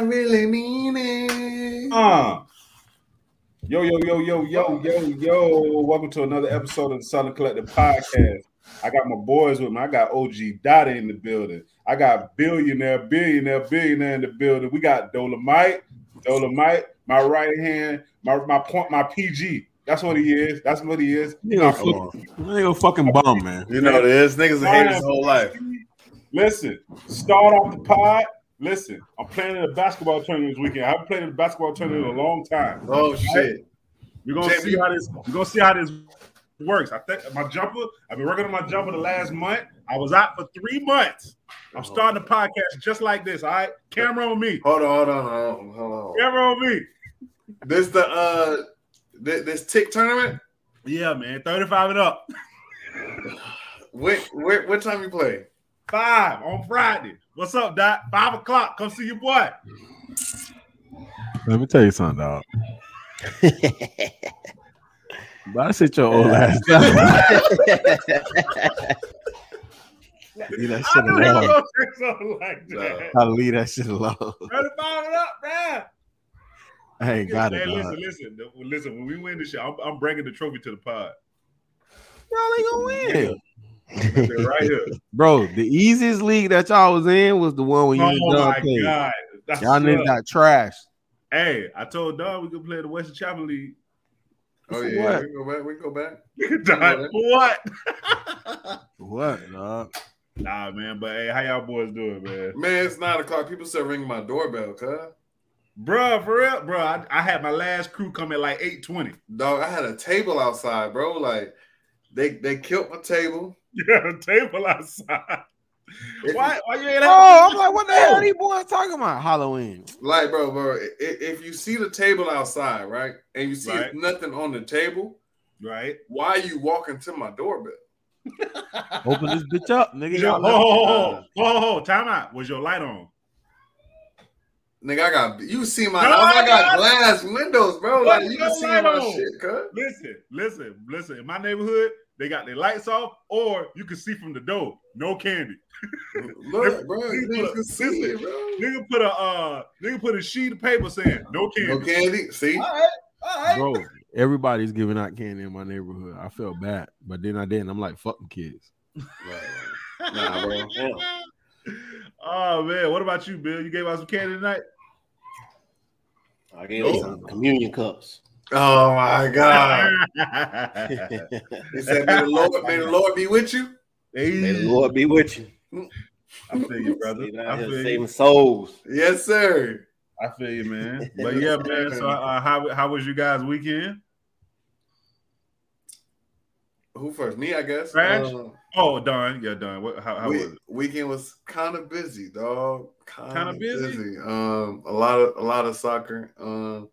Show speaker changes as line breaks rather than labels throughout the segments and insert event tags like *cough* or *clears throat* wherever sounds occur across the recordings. really mean it.
Uh, yo, yo, yo, yo, yo, yo, yo. Welcome to another episode of the Southern Collective Podcast. I got my boys with me. I got OG Dada in the building. I got billionaire, billionaire, billionaire in the building. We got Dolomite, Dolomite, my right hand, my my point, my PG. That's what he is. That's what he is.
Nigga, a fucking, nigga a fucking bum, man.
You know this niggas hate his whole life.
Listen, start off the pod. Listen, I'm playing in a basketball tournament this weekend. I haven't played in a basketball tournament in a long time.
Oh shit!
We're gonna see how this. We're gonna see how this works. I think my jumper. I've been working on my jumper the last month. I was out for three months. I'm starting a podcast just like this. All right, camera on me.
Hold on, hold on, hold on, hold on.
Camera on me.
This the uh, thi- this tick tournament.
Yeah, man. 35 and up.
What what, what time you play?
Five on Friday. What's up, Doc? Five o'clock. Come see your boy.
Let me tell you something, *laughs* dog. But I sit your old ass *laughs* down. leave that
I
shit
knew he was
alone.
gonna say something like that.
I leave that shit alone.
35 and up, man.
I ain't got it,
Man, listen,
dog.
listen, the- listen. When we win this shit, I'm, I'm bringing the trophy to the pod.
*laughs* Y'all ain't gonna win,
Right there, right here.
bro. The easiest league that y'all was in was the one when you
oh
was done
my
playing.
god, That's
Y'all niggas
up.
got trash.
Hey, I told Don we could play the Western Chapel League. *laughs*
Oh
For
yeah,
what?
we go back. We go back.
Don, what?
What, dog?
Nah, man. But hey, how y'all boys doing, man?
Man, it's nine o'clock. People still ringing my doorbell, cuz.
Bruh, for real, bruh. I, I had my last crew come at like eight twenty.
Dog, I had a table outside, bro. Like they they killed my table.
Yeah, table outside.
If-
Why? Why you ain't?
Oh, I'm like, what the hell? Are these boys talking about Halloween?
Like, bro, bro. i- i- If you see the table outside, right, and you see
Right.
nothing on the table,
right?
why are you walking to my doorbell?
Open this bitch up, nigga.
Yo, ho,
Y'all
ho, ho, ho, ho, ho, oh, time out. Was your light on?
Nigga, I got you see my
No,
house. I got
I got-
glass windows, bro.
What
Like you
the
can see
light
my
on?
shit, cuz.
Listen, listen, listen. In my neighborhood, they got their lights off, or you can see from the door. No candy. *laughs*
Look, bro, you niggas can see it, bro.
Nigga put a uh, nigga put a sheet of paper saying no candy.
No candy. See,
right, all
bro. Everybody's giving out candy in my neighborhood. I felt bad, but then I didn't. I'm like, fuck them kids.
nah, bro.
Oh man, what about you, Bill? You gave out some candy tonight?
I gave him some communion cups.
*laughs*
Oh my
*laughs*
God!
May
He said, "May the Lord, may the Lord be with you."
the Lord be with you.
I feel you, brother.
Staying
I
out here
feel you.
saving souls.
Yes, sir.
I feel you, man. But yeah, man. So uh, how how was you guys' weekend?
Who first? Me, I guess.
Trash.
Uh,
Oh, Don, yeah, Don. What? How, how
we-
was it?
weekend was kind of busy, dog. Kind
Kinda
of
busy?
Um, a lot of a lot of soccer. Um,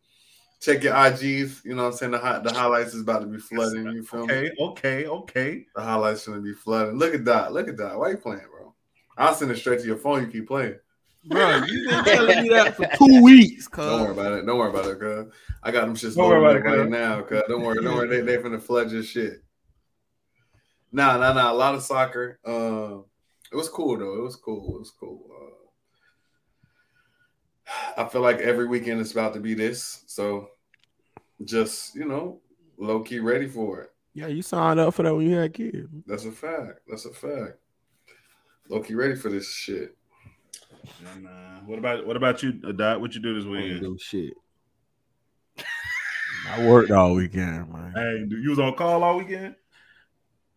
check your IGs. You know, what I'm saying the hi- the highlights is about to be flooding. You feel me?
Okay, okay, okay.
The highlights gonna be flooding. Look at that. Look at that. Why you playing, bro? I'll send it straight to your phone. You keep playing.
Bro, you been telling me *laughs* that for two weeks,
Don't worry
cuz.
about it. Don't worry about it, cuz. I got them shits
Uh, Don't worry
loaded
about it,
right now, cuz. Don't worry, don't worry. They they finna flood your shit. Nah, nah, nah. A lot of soccer. Um, it was cool though. It was cool. It was cool. Uh, I feel like every weekend is about to be this. So, just you know, low key ready for it.
Yeah, you signed up for that when you had kids.
That's a fact. That's a fact. Low key ready for this shit.
Nah, nah. What about what about you, uh, Dot? What you do this
I ain't
weekend?
do shit. I worked all weekend, man.
Hey, dude, you was on call all weekend?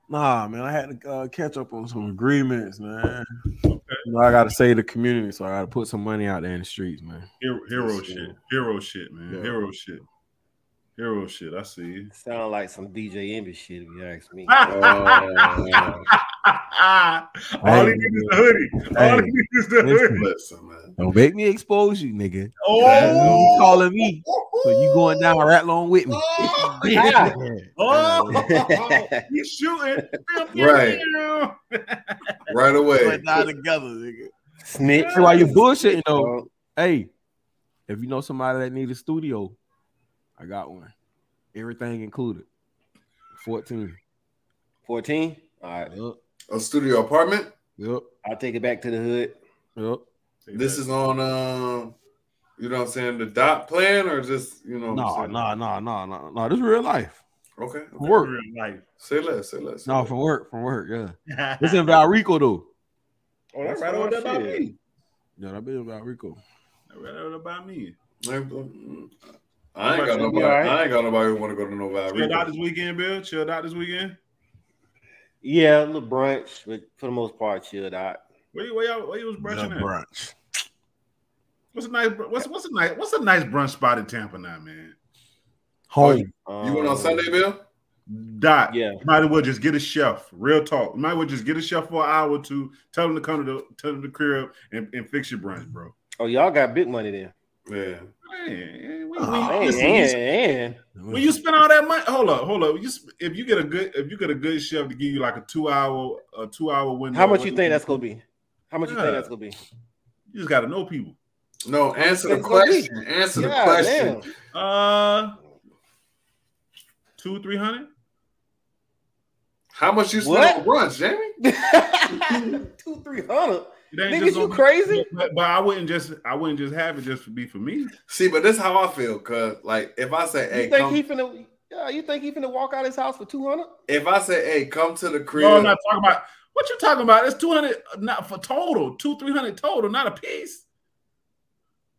Nah, man, I had to uh, catch up on some agreements, man. You know, I gotta save the community, so I gotta put some money out there in the streets, man.
Hero, hero
Yes,
shit.
sir.
Hero shit, man.
Yeah.
Hero shit. Hero shit. I see *laughs* you.
Sound like some DJ Envy shit, if you ask me.
Ah!
Oh,
All he needs is the hoodie. All he
Hey.
needs is the
Listen.
hoodie.
listen, man.
Don't make me expose you, nigga.
Oh,
You calling me, so you going down rat long with *laughs* me?
Oh,
Yeah.
oh, you shooting.
Right. *laughs* Right away.
Going down together, nigga.
Snitch.
That's why you bullshitting though.
Dog.
Hey, if you know somebody that need a studio, I got one. Everything included. 14.
14. All right.
Yep. Yep.
A studio apartment.
Yep.
I'll take it back to the hood.
Yep.
This is on um You know what I'm saying? The dot plan or just you know? what I'm
No,
saying?
no, no, no, no, no. This is real life.
Okay. okay.
From work.
Real life.
Say less. Say less. say
No,
less.
from work. From work. Yeah.
*laughs*
It's
That's
in Valrico though.
Oh, that's
That's
right
what
over there
I
by
said.
me.
Yeah, that been in Valrico.
Right over there by me.
Like, mm, I ain't got
Everybody gonna be
nobody.
all right?
I ain't got nobody who want to go to no
Chilled out
Valrico.
this weekend, Bill. Chilled out this weekend.
Yeah, a little brunch, but for the most part, chilled out.
Where you, where y'all, where you was brunching
Yeah,
at?
brunch.
What's a nice br- what's what's a nice what's a nice brunch spot in Tampa now, man?
Home.
You went on
Um,
Sunday, Bill?
Dot.
Yeah.
You might as well just get a chef. Real talk. You might as well just get a chef for an hour or two. Tell them to come to the tell them to the crib and, and fix your brunch, bro.
Oh, y'all got big money then.
Yeah.
Man, man, we- we-
Oh,
And,
listen,
and,
you-
and
when you spend all that money, hold up, hold up. You sp- if you get a good if you get a good chef to give you like a two hour a two hour window.
how much you think that's gonna be? How much you think that's gonna be?
You just gotta know people.
No, answer the
It's gonna be-
question. Answer the
Yeah,
question.
damn.
Uh, two three hundred.
How much you spend
What?
on brunch, Jamie?
*laughs* Two, three hundred.
It ain't
Niggas,
just
you
gonna-
crazy?
But, but I wouldn't just I wouldn't just have it just to be for me.
See, but this how I feel, cause like if I say,
You
hey,
think
come,
he finna? Yeah, you think he finna walk out his house for two hundred?
if I say, hey, come to the crib,
No, I'm not talking about what you talking about. It's two hundred not for total, two three hundred total, not a piece.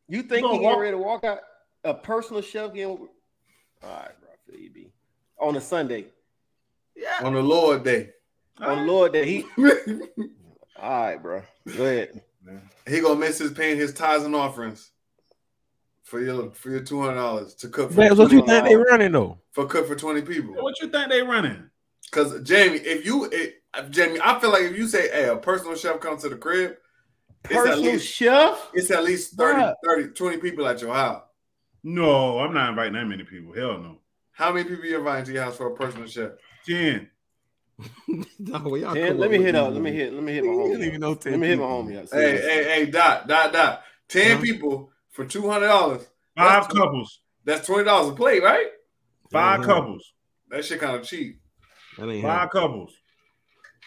You think
gonna
he
walk-
walk- ready to walk out a personal chef game? All right, bro. I feel you, B. On a Sunday,
Yeah,
on the Lord day,
on
Alright.
Lord that *laughs* he.
he
All right, bro. Go *laughs* ahead.
gonna miss his paying his tithes and offerings for your for your two hundred dollars to cook for,
That's what you think they running though?
for cook for twenty people.
what you think they running?
Cause Jamie, if you, if, Jamie, I feel like if you say, hey, a personal chef comes to the crib, it's at
Personal
least
chef.
it's at least 30,
Bruh.
30, 20 people at your house.
No, I'm not inviting that many people. Hell no.
How many people you inviting to your house for a personal chef?
Ten.
Ten, let me hit up. Let me hit. Let me hit my
You didn't
homie.
even
up.
know ten
Let me hit my
people.
homie. up.
Hey, hey, hey, dot, dot, dot. 10
Huh?
people for two hundred dollars.
Five
That's-
couples.
That's twenty dollars a plate, right?
Five
Mhm.
couples.
That shit kind of cheap.
That ain't
Five
happening.
couples.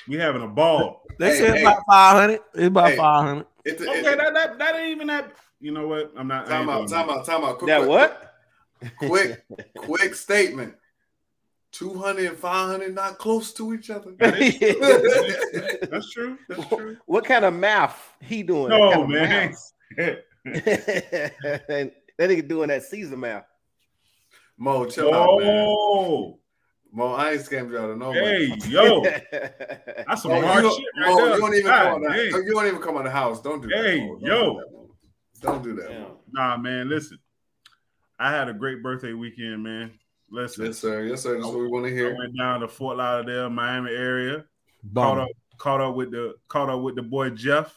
We having a ball.
They
Hey,
said
hey.
about five hundred. It's about
Hey.
five hundred.
It's a,
Okay,
it's a-
that, that that ain't even that. You know what? I'm not. I
time
ain't
out,
doing
time
that.
out, time out. Quick,
That
quick,
what?
Quick,
*laughs*
quick statement. 200 and 500 not close to each other.
*laughs* That's true. That's true.
what kind of math he doing?
No,
What kind of
man.
math? *laughs* that nigga doing that season math.
Mo, chill out, man.
oh,
Mo, I ain't scammed you out of no money.
hey,
*laughs*
*laughs*
yo, that's some
Mo,
hard
you,
shit right
Mo,
there.
you don't even
God,
come on the,
dang.
you don't even come on the house. Don't do that.
Hey,
Mo. Don't do
yo.
that, Mo. Don't do that. Mo.
Nah, man, listen. I had a great birthday weekend, man. Listen,
Yes, sir. Yes, sir. That's what we want to
I
hear.
went down to Fort Lauderdale, Miami area. Caught up, caught up with the caught up with the boy Jeff.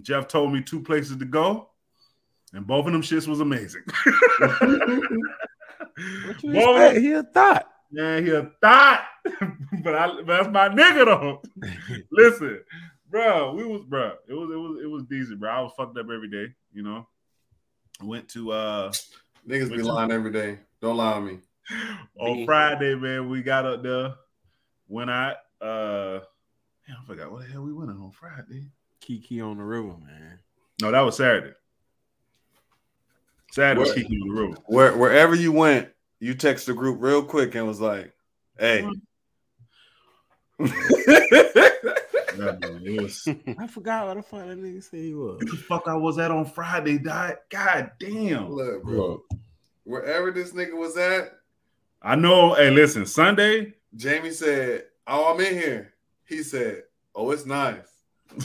Jeff told me two places to go, and both of them shits was amazing. *laughs*
What you
Boy,
expect? He a thought.
Man, he a thought, *laughs* but I, that's my nigga though. Listen, bro, we was bro, it was it was it was decent, bro. I was fucked up every day, you know. Went to uh
Niggas be
Which-
lying every day. Don't lie on me.
on
Me.
Friday, man. We got up there, went out. Uh, man, I forgot what the hell we went on on Friday.
Kiki on the river, man.
No, that was Saturday. Saturday was
What?
kicking on the road.
Where wherever you went, you text the group real quick and was like, "Hey."
Mm-hmm.
*laughs*
Yeah, man, it *laughs* was-
I forgot what the fuck that nigga said he was.
the fuck I was at on Friday, died. God damn.
Look, bro. Wherever this nigga was at,
I know. Hey, listen, Sunday, *laughs*
Jamie said, "Oh, I'm in here." He said, "Oh, it's nice."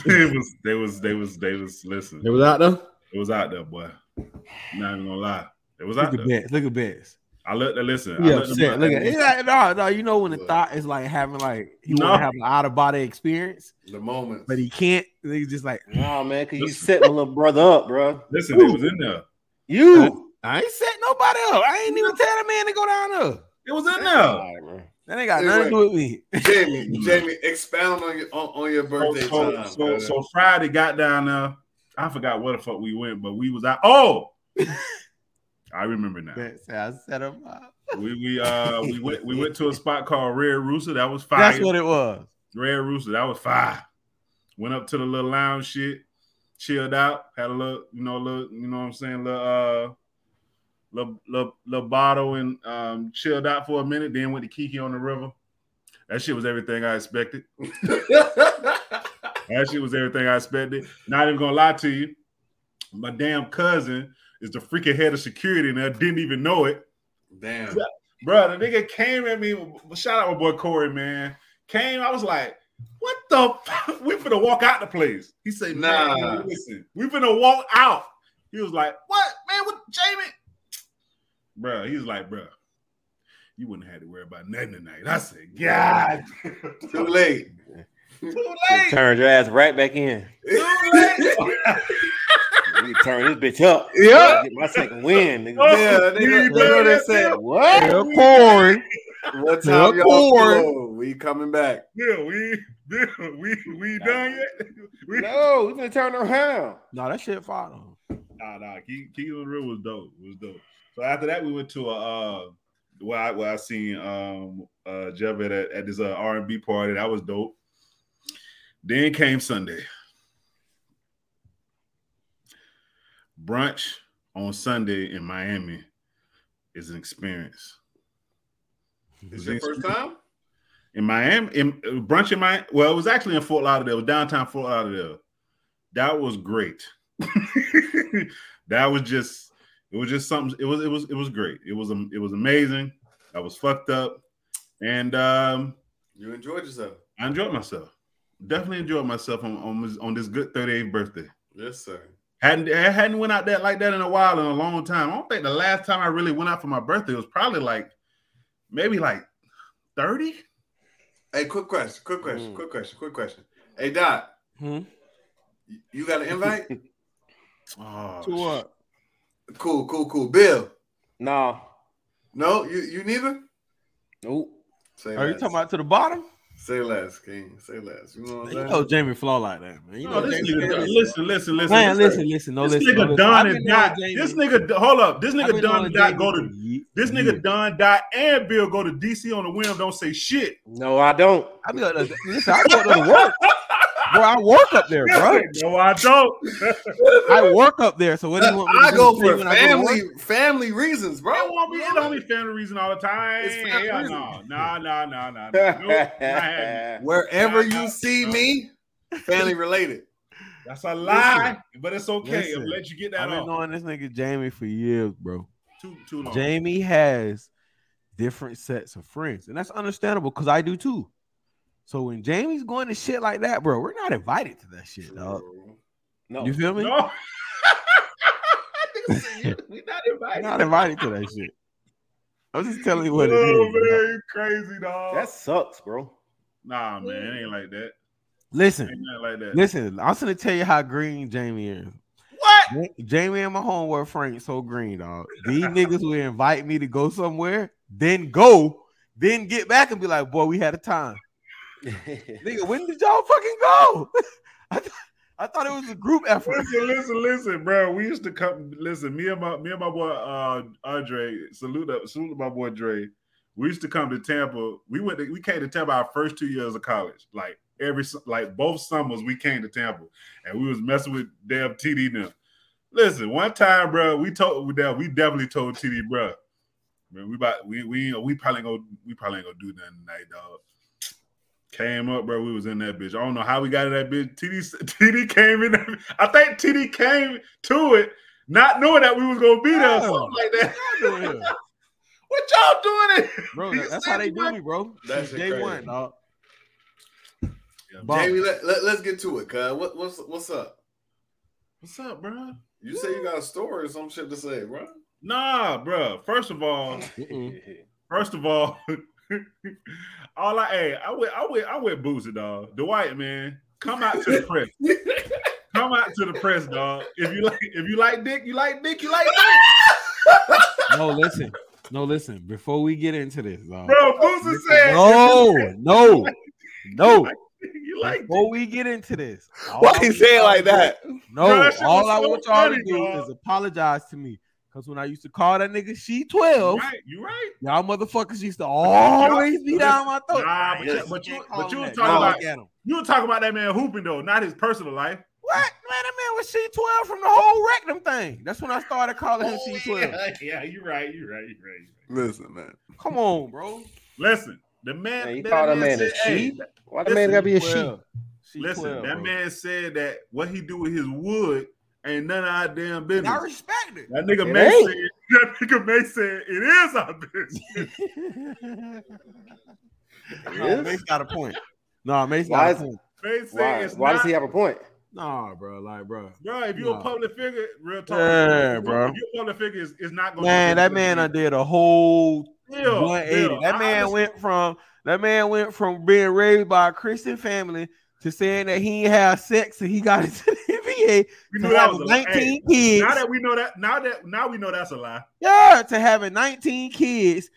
it was they was they was they was listen.
was out there.
It was out there, boy. Not even gonna lie. It was out
Look at
there.
Bess. Look at Bess.
I looked at listen. I
Yeah,
looked
upset. Look at
it.
it's like, no, no. You know when the
Look.
thought is like having like he
No.
want to have an out of body experience,
The moment.
but he can't. They just like
Nah, man, cause you set my little brother up, bro.
Listen, it was in there.
You.
I ain't set nobody up. I ain't even tell that man to go down there.
It was in there.
All right, bro.
That ain't got
Hey,
nothing to do with me. *laughs*
Jamie, Jamie, expound on your on, on your
So,
birthday
so,
time.
so,
brother.
so Friday got down there. I forgot where the fuck we went, but we was out. Oh, *laughs* I remember now.
That's how I set him up.
We we uh we went we went to a spot called Red Rooster. That was fire.
That's what it was.
Red Rooster. That was fire. Went up to the little lounge shit. chilled out, had a little, you know, little, you know what I'm saying, little, uh, little, little, little bottle and um, chilled out for a minute. Then went to Kiki on the river. That shit was everything I expected. That shit was everything I expected. Not even gonna lie to you, my damn cousin is the freaking head of security, and I didn't even know it.
*laughs* Damn.
Bro, the nigga came at me. Shout out my boy Corey, man. Came, I was like, what the fuck? *laughs* We finna walk out the place. He said, nah,
Nah.
listen, we finna walk out. He was like, what, man, what, Jamie? Bro, he was like, bro, you wouldn't have to worry about nothing tonight. I said, God,
Too late.
too
Should've
late,
Turned your ass right back in.
too late.
We turn this bitch up.
Yeah.
Get my second win,
Oh.
nigga.
*laughs* Yeah, that nigga, that's what they said.
What?
Tell Corey.
What time
Yeah,
y'all
Corey.
close? We coming back.
Yeah, we, *laughs* yeah, we, we done yet? We,
No, we're gonna turn around.
No, that shit fought on.
Nah, nah. King, King of the Real was dope. It was dope. So after that, we went to a uh, where I where I seen um uh Jeff at at this uh, R and B party. That was dope. Then came Sunday brunch on Sunday in Miami is an experience.
Is your first time?
in Miami, in uh, brunch in my well, it was actually in Fort Lauderdale, downtown Fort Lauderdale. That was great. *laughs* that was just it was just something. It was it was it was great. It was um, it was amazing. I was fucked up, and um,
You enjoyed yourself.
I enjoyed myself. Definitely enjoyed myself on on, this- on this good 38th birthday.
Yes, sir.
Hadn't I hadn't went out that like that in a while in a long time. I don't think the last time I really went out for my birthday was probably like maybe like 30.
Hey, quick question, quick question,
Mm.
quick question, quick question. Hey, Doc.
Hmm?
You- You got an invite? *laughs*
Oh,
To what?
cool, cool, cool. Bill.
Nah.
No, you you neither?
Nope.
Say
Are you
less.
talking about to the bottom?
Say less, King. Say less. You know what I'm
You
saying?
know Jamie Flaw like that, man. You
No,
know
this
Jamie
nigga,
Taylor.
listen, listen, listen.
Man,
listen.
listen, listen, no,
this
listen.
nigga
no, listen. I've
Don is
been knowing
not.
Jamie-
This nigga, hold up. This
I've
nigga
been
Don
knowing
did not
Jamie
go
for
to.
ye-
This nigga
years.
Don Dot and Bill go to DC on the whim. Don't say shit.
No, I don't.
I be like, listen, I go to the work. bro, I work up there,
*laughs*
bro.
No, I don't.
I work up there. So what do you want me to
I
do
go
to you
for
when I go to work?
family family reasons, bro.
It won't be. It don't be family reason all the time.
It's family
Hell
reason.
no, no, no, no,
*laughs*
no. no. Nope, not happening.
Wherever
Nah, nah,
you see
nah.
me, family related.
That's a lie, but it's okay.
Listen.
I'm let you get
I've
that
been
off.
knowing this nigga Jamie for years, bro.
Too, too long.
Jamie has different sets of friends, and that's understandable because I do too. So when Jamie's going to shit like that, bro, we're not invited to that shit, dog.
No.
You feel
*laughs*
me?
No. we not
We're
invited.
not invited to that shit. I'm just telling you
oh
what it is. bro.
man, you crazy dog.
That sucks, bro. *laughs*
nah, man, it ain't like that.
Listen,
Ain't nothing like that.
Listen, I'm gonna tell you how green Jamie is.
What?
Ja- Jamie and my homeboy Frank so green, dog. These niggas will invite me to go somewhere, then go, then get back and be like, "Boy, we had a time, nigga. When did y'all fucking go?" *laughs* I, th- I thought it was a group effort.
Listen, listen, listen, bro. We used to come. Listen, me and my me and my boy uh, Andre. Salute up, salute to my boy Dre. We used to come to Tampa. We went. To, we came to Tampa our first two years of college. Like every su- like both summers, we came to Tampa, and we was messing with damn TD now. Listen, one time, bro, we told we we definitely told TD, bro. Man, we about we we we probably ain't gonna we probably ain't gonna do nothing tonight, dog. Came up, bro. We was in that bitch. I don't know how we got in that bitch. *laughs* TD s- TD came in. that- I think TD came to it, not knowing that we was gonna be there, or something like that. *laughs*
Y'all doing here?
What y'all doing? It? *laughs*
bro, that- that's how they do me, bro.
That
That's
shit
day
crazy.
one, dog.
Yeah,
Bum.
Jamie, let, let, us get to it, cuz. What, what's what's up?
What's up, bro?
You say you got a story or some shit to say, bro.
Nah, bro. First of all,
Mm-mm.
First of all, *laughs* all I hey, I went, I went, I went boozy, dog. Dwight, man, come out to the *laughs* press. come out to the press, dog. If you like, if you like dick, you like dick, you like dick,
No, listen, no, listen. Before we get into this, dog.
Oh, bro. Boozy said,
No, no, no.
*laughs* you like dick.
Before we get into this, all
Why you
we
say it
gotta
like
do-
that?
No,
Bro, that shit
all
was
I
so
want y'all
funny,
to do
dog.
is apologize to me. Cause when I used to call that nigga she 12,
You right, you right.
y'all motherfuckers used to always be down my throat.
Nah, but you-
Yes,
but you-
can't call
but you
him
was
that.
talking
Y'all
about-
look at him.
You were talking about that man hooping though, not his personal life.
What? Man, that man was C12 from the whole rectum thing. That's when I started calling him C12.
Oh, yeah, yeah, you're right. You're right. You're right. You're right.
Listen, man.
Come on, bro.
Listen, the man.
Man, you
that
call that man a
said- hey,
sheep? Why the
listen,
man gotta be a sheep?
C12. C12,
Listen, that
bro.
man said that what he do with his wood ain't none of our damn business.
I respect
*laughs*
it.
That nigga
It
May
ain't.
said. That nigga May said it is our business.
no, Mace got a point. No, Mace
Why
got
is-
a point.
May said
Why,
it's
why
not.
does he have a point?
Nah, bro. Like, bro.
Bro, if you
Nah.
a public figure, real talk.
Yeah,
if
bro.
You a public figure, it's, it's not going.
Man, that man I did a whole
Bill,
180.
Bill,
that
I
man
understand-
went from that man went from being raised by a Christian family to saying that he ain't have sex and he got *laughs* into the NBA
We
to
knew that
having
was a lie.
19
Hey,
kids.
now that we know that, now that now we know that's a lie.
yeah, to having 19 kids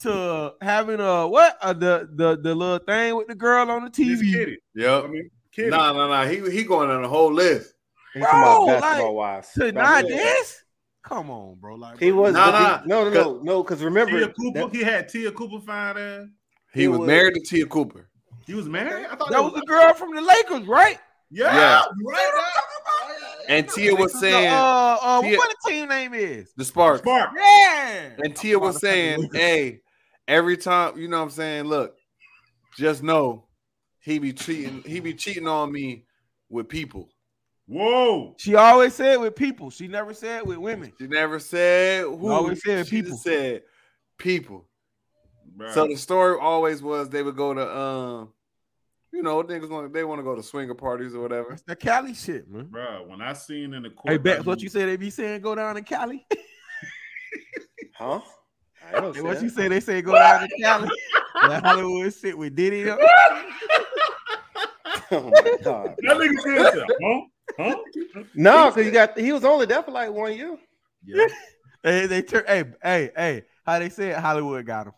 to having a what a, the the the little thing with the girl on the
Just
TV.
kid it. I
Yep.
mean, kid it.
Nah, nah, nah. He he going on a whole list.
He's talking about
Bro, like,
basketball wise.
To not this? Come on, bro. Like
He was
Nah,
nah,
nah.
no, no, no, no. Because remember,
Tia Cooper.
that-
he had Tia Cooper fine ass.
He,
He
was,
was-
married to Tia Cooper.
He was married. I thought
that was the girl from the Lakers, right?
Yeah,
Yeah.
right.
And Tia was
The,
saying
uh, uh,
Tia-
what the team name is?
the spark.
Spark.
Yeah.
And Tia was saying, hey, every time, you know what I'm saying? Look, just know he be cheating, he be cheating on me with people.
Whoa.
She always said with people. She never said with women.
She never said who
Always said
she just
people.
said people.
Bro.
So the story always was they would go to um, you know, niggas want they want to go to swinger parties or whatever.
That's the Cali shit, man.
Bro, when I seen in the court,
Hey, Bex, what you say they be saying go down to Cali?
huh? I don't
*laughs*
know
what you say they say go down to Cali? that Hollywood shit with Diddy. up.
Oh
*laughs*
my god.
*laughs* that nigga said, that, huh?
*laughs*
Huh?
No, because you got he was only there for like one year.
Yeah.
Hey, they turn. Hey, hey, hey. How they say it? Hollywood got him.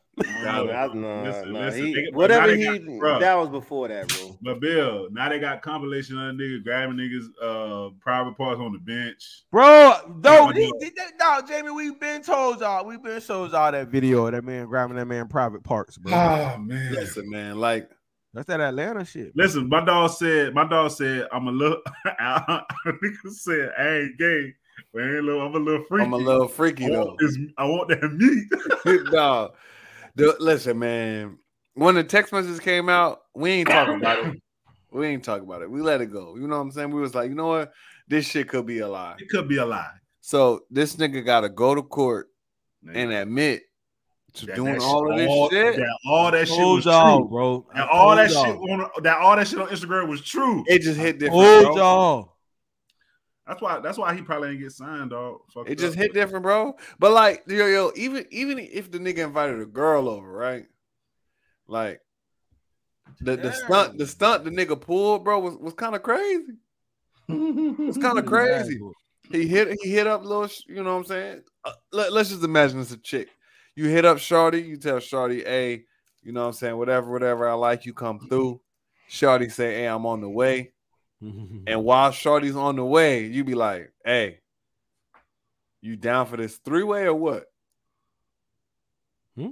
Nah, nah, nah,
Listen,
nah,
listen,
he-
nigga, but now
whatever
they
he
got- bruh.
that was before that, bro.
But Bill, now they got compilation of niggas grabbing niggas uh private parts on the bench.
Bro,
Oh,
though,
my
he,
God.
he- that- no, Jamie, we've been told y'all, we've been showed y'all that video of that man grabbing that man private parts, bro.
Oh man.
Listen, man, like
That's that Atlanta shit.
Listen, my dog said, my dog said, I'm a *laughs* little nigga said I ain't gay, but I ain't little, I'm a little freaky.
I'm a little freaky
I
though.
Oh.
want, this, I want that meat.
*laughs* no, the, listen, man. When the text messages came out, we ain't talking about it. We ain't talking about it. We let it go. You know what I'm saying? We was like, you know what? This shit could be a lie.
*laughs* It could be a lie.
So this nigga got to go to court and
nigga.
admit to
That-
doing
that
all of this
all-
shit.
That all that shit
Told
was
y'all,
true.
bro. I
That all that
told
shit
y'all.
on that all that shit on Instagram was true.
It just hit different.
Told
bro.
y'all.
That's why. That's why he probably ain't get signed, dog. Fucked
It just
up.
hit different, bro. But like, yo, yo, even even if the nigga invited a girl over, right? Like, the, the stunt, the stunt the nigga pulled, bro, was, was kind of crazy. It's
*laughs*
kind of crazy. He hit he hit up little, sh- you know what I'm saying? Uh, let, us just imagine it's a chick. You hit up Shorty, you tell Shorty, hey, you know what I'm saying, whatever, whatever, I like you, come through. Shorty say, hey, I'm on the way. And while Shorty's on the way, you be like, hey, you down for this three way or what?
Hmm?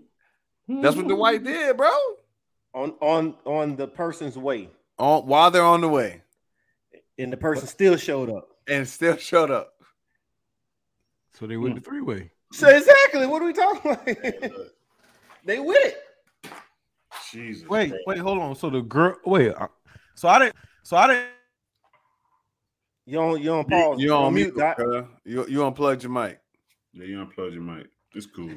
That's what Dwight did, bro.
on on on the person's way,
On while they're on the way
and the person still showed up.
and still *laughs* showed up.
So they went the three way.
So exactly, what are we talking about? they with it.
Jesus.
Wait,
Christ.
wait, hold on. So the girl, wait. I- So I didn't. So I didn't.
You on you on pause.
You on mute,
Doc.
bruh. You you unplugged your mic.
Yeah, you unplugged your mic. It's cool.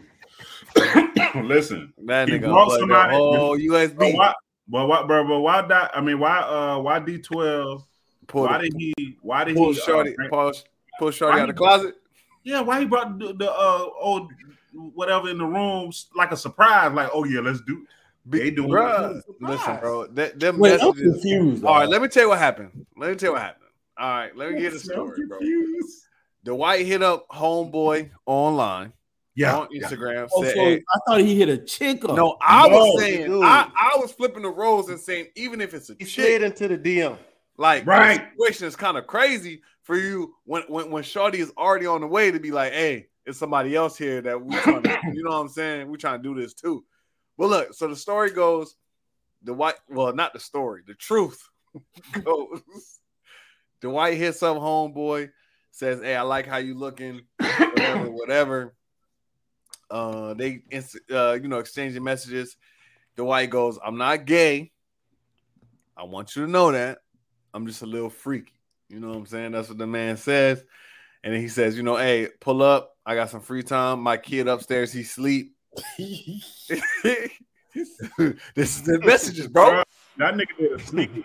*coughs* Listen,
That
He
nigga
brought
unplugged
somebody-
the whole
but
USB.
why, but why, bro, but why dot? I mean, why, uh, why D twelve?
pulled
Why
it.
did he? Why did
pull
he?
shorty,
uh, bring-
pull, pull shorty
Why
out of the
he-
closet.
yeah, why he brought the, the uh old whatever in the room like a surprise? Like, oh yeah, let's do. They doing
Bruh,
it.
listen, bro. That them
Wait, I'm
messages.
confused.
All right, let me tell you what happened. Let me tell you what happened. All right, let me get the story, bro. Dwight hit up homeboy online
Yeah,
on Instagram.
Oh,
said,
so
hey,
I thought he hit a chick up.
no, I was
No,
saying,
dude.
I, I was flipping the roles and saying, even if it's a
He
chick,
slid into the DM.
like
Right.
the situation is kind of crazy for you when when when Shorty is already on the way to be like, hey, it's somebody else here that we trying to, you know what I'm saying? We trying to do this too. But look, so the story *laughs* goes, the white well, not the story, the truth goes Dwight hits up homeboy, says, "Hey, I like how you looking, whatever, whatever." Uh, they inst- uh, you know, exchanging messages. Dwight goes, "I'm not gay. I want you to know that. I'm just a little freaky." You know what I'm saying? That's what the man says. And then he says, "You know, hey, pull up. I got some free time. My kid upstairs, he sleep." *laughs* this is the messages, *laughs* bro.
That nigga did a sneaky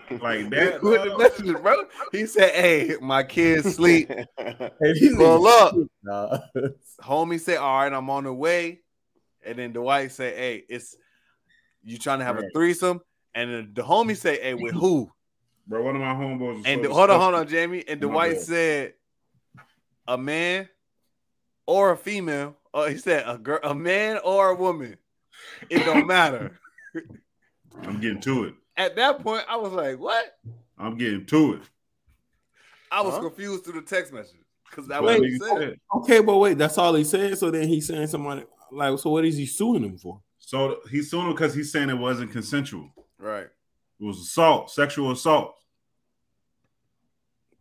With
like that. uh,
the messages, bro. He said, "Hey, my kids *laughs* sleep.
Hey,
Pull up."
*laughs*
Nah.
Homie said, "All right, I'm on the way." And then Dwight say, "Hey, it's you trying to have a threesome?" And then the homie say, "Hey, with
*laughs*
who?"
bro, one of my homeboys. was
And
so
hold on, hold on, Jamie. And
My
Dwight
bad.
said, "A man or a female?" Or he said, "A girl, a man or a woman? It don't
*laughs*
matter."
disgusted. I'm getting to it.
At that point, I was like, "What?"
I'm getting to it.
I was confused through the text messages because that
What
was
that
what he
nigga
said.
said.
Okay, but wait, that's all he said. So then he's saying somebody like, so what is he suing him for?
So he's suing him because he's saying it wasn't consensual.
Right.
It was assault, sexual assault.